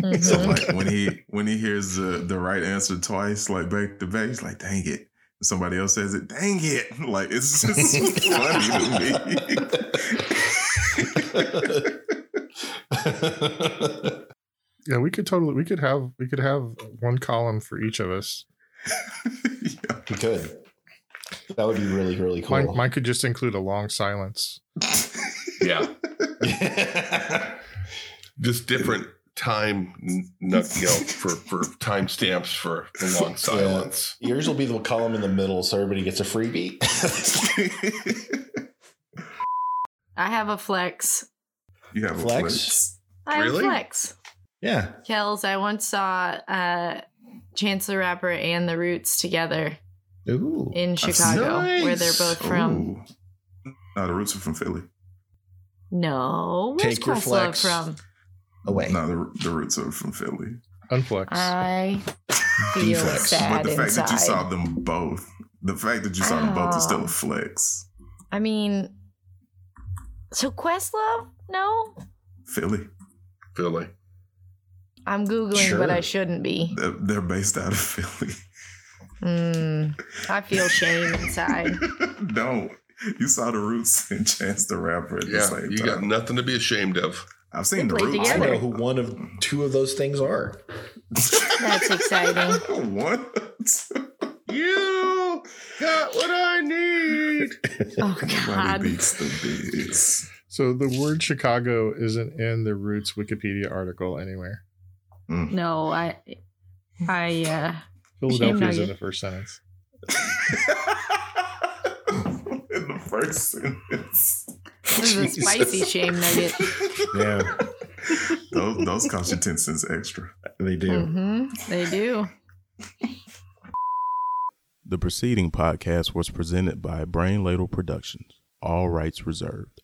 So Mhm. like when he when he hears the, the right answer twice, like back to back, he's like, dang it. And somebody else says it, dang it. Like it's just funny to me. Yeah, we could totally we could have we could have one column for each of us. You could. That would be really, really cool. Mine, mine could just include a long silence. yeah. yeah. Just different time n- nut you know, for for time stamps for the long silence. Yours will be the column in the middle, so everybody gets a freebie. I have a flex. you have a flex. Flex. I have Really? a flex. Yeah. Kells, I once saw uh, Chancellor Rapper and The Roots together Ooh. in Chicago, where they're both from. Ooh. No, the roots are from Philly. No, where's Take your Questlove flex. from? Away. No, the, the roots are from Philly. Unflex. I feel Deflex. sad But the fact that you inside. Oh. saw them both, the fact that you saw them both is still a flex. I mean, so Questlove? No, Philly. Philly. I'm googling, but I Sure. shouldn't be. They're, they're based out of Philly. Mm, I feel shame inside. Don't. You saw the Roots and Chance the Rapper at the Yeah, same you got time. nothing to be ashamed of. I've seen They the played Roots. I know together. who one of two of those things are. That's exciting. One. You got what I need. Oh Nobody God, beats the Beats. so the word Chicago isn't in the Roots Wikipedia article anywhere. no, I, I, uh, Philadelphia is in nugget. the first sentence. In the first sentence. this is a spicy shame nugget. Yeah, Those, those cost you 10 cents extra. they do. hmm They do. The preceding podcast was presented by Brain Ladle Productions, all rights reserved.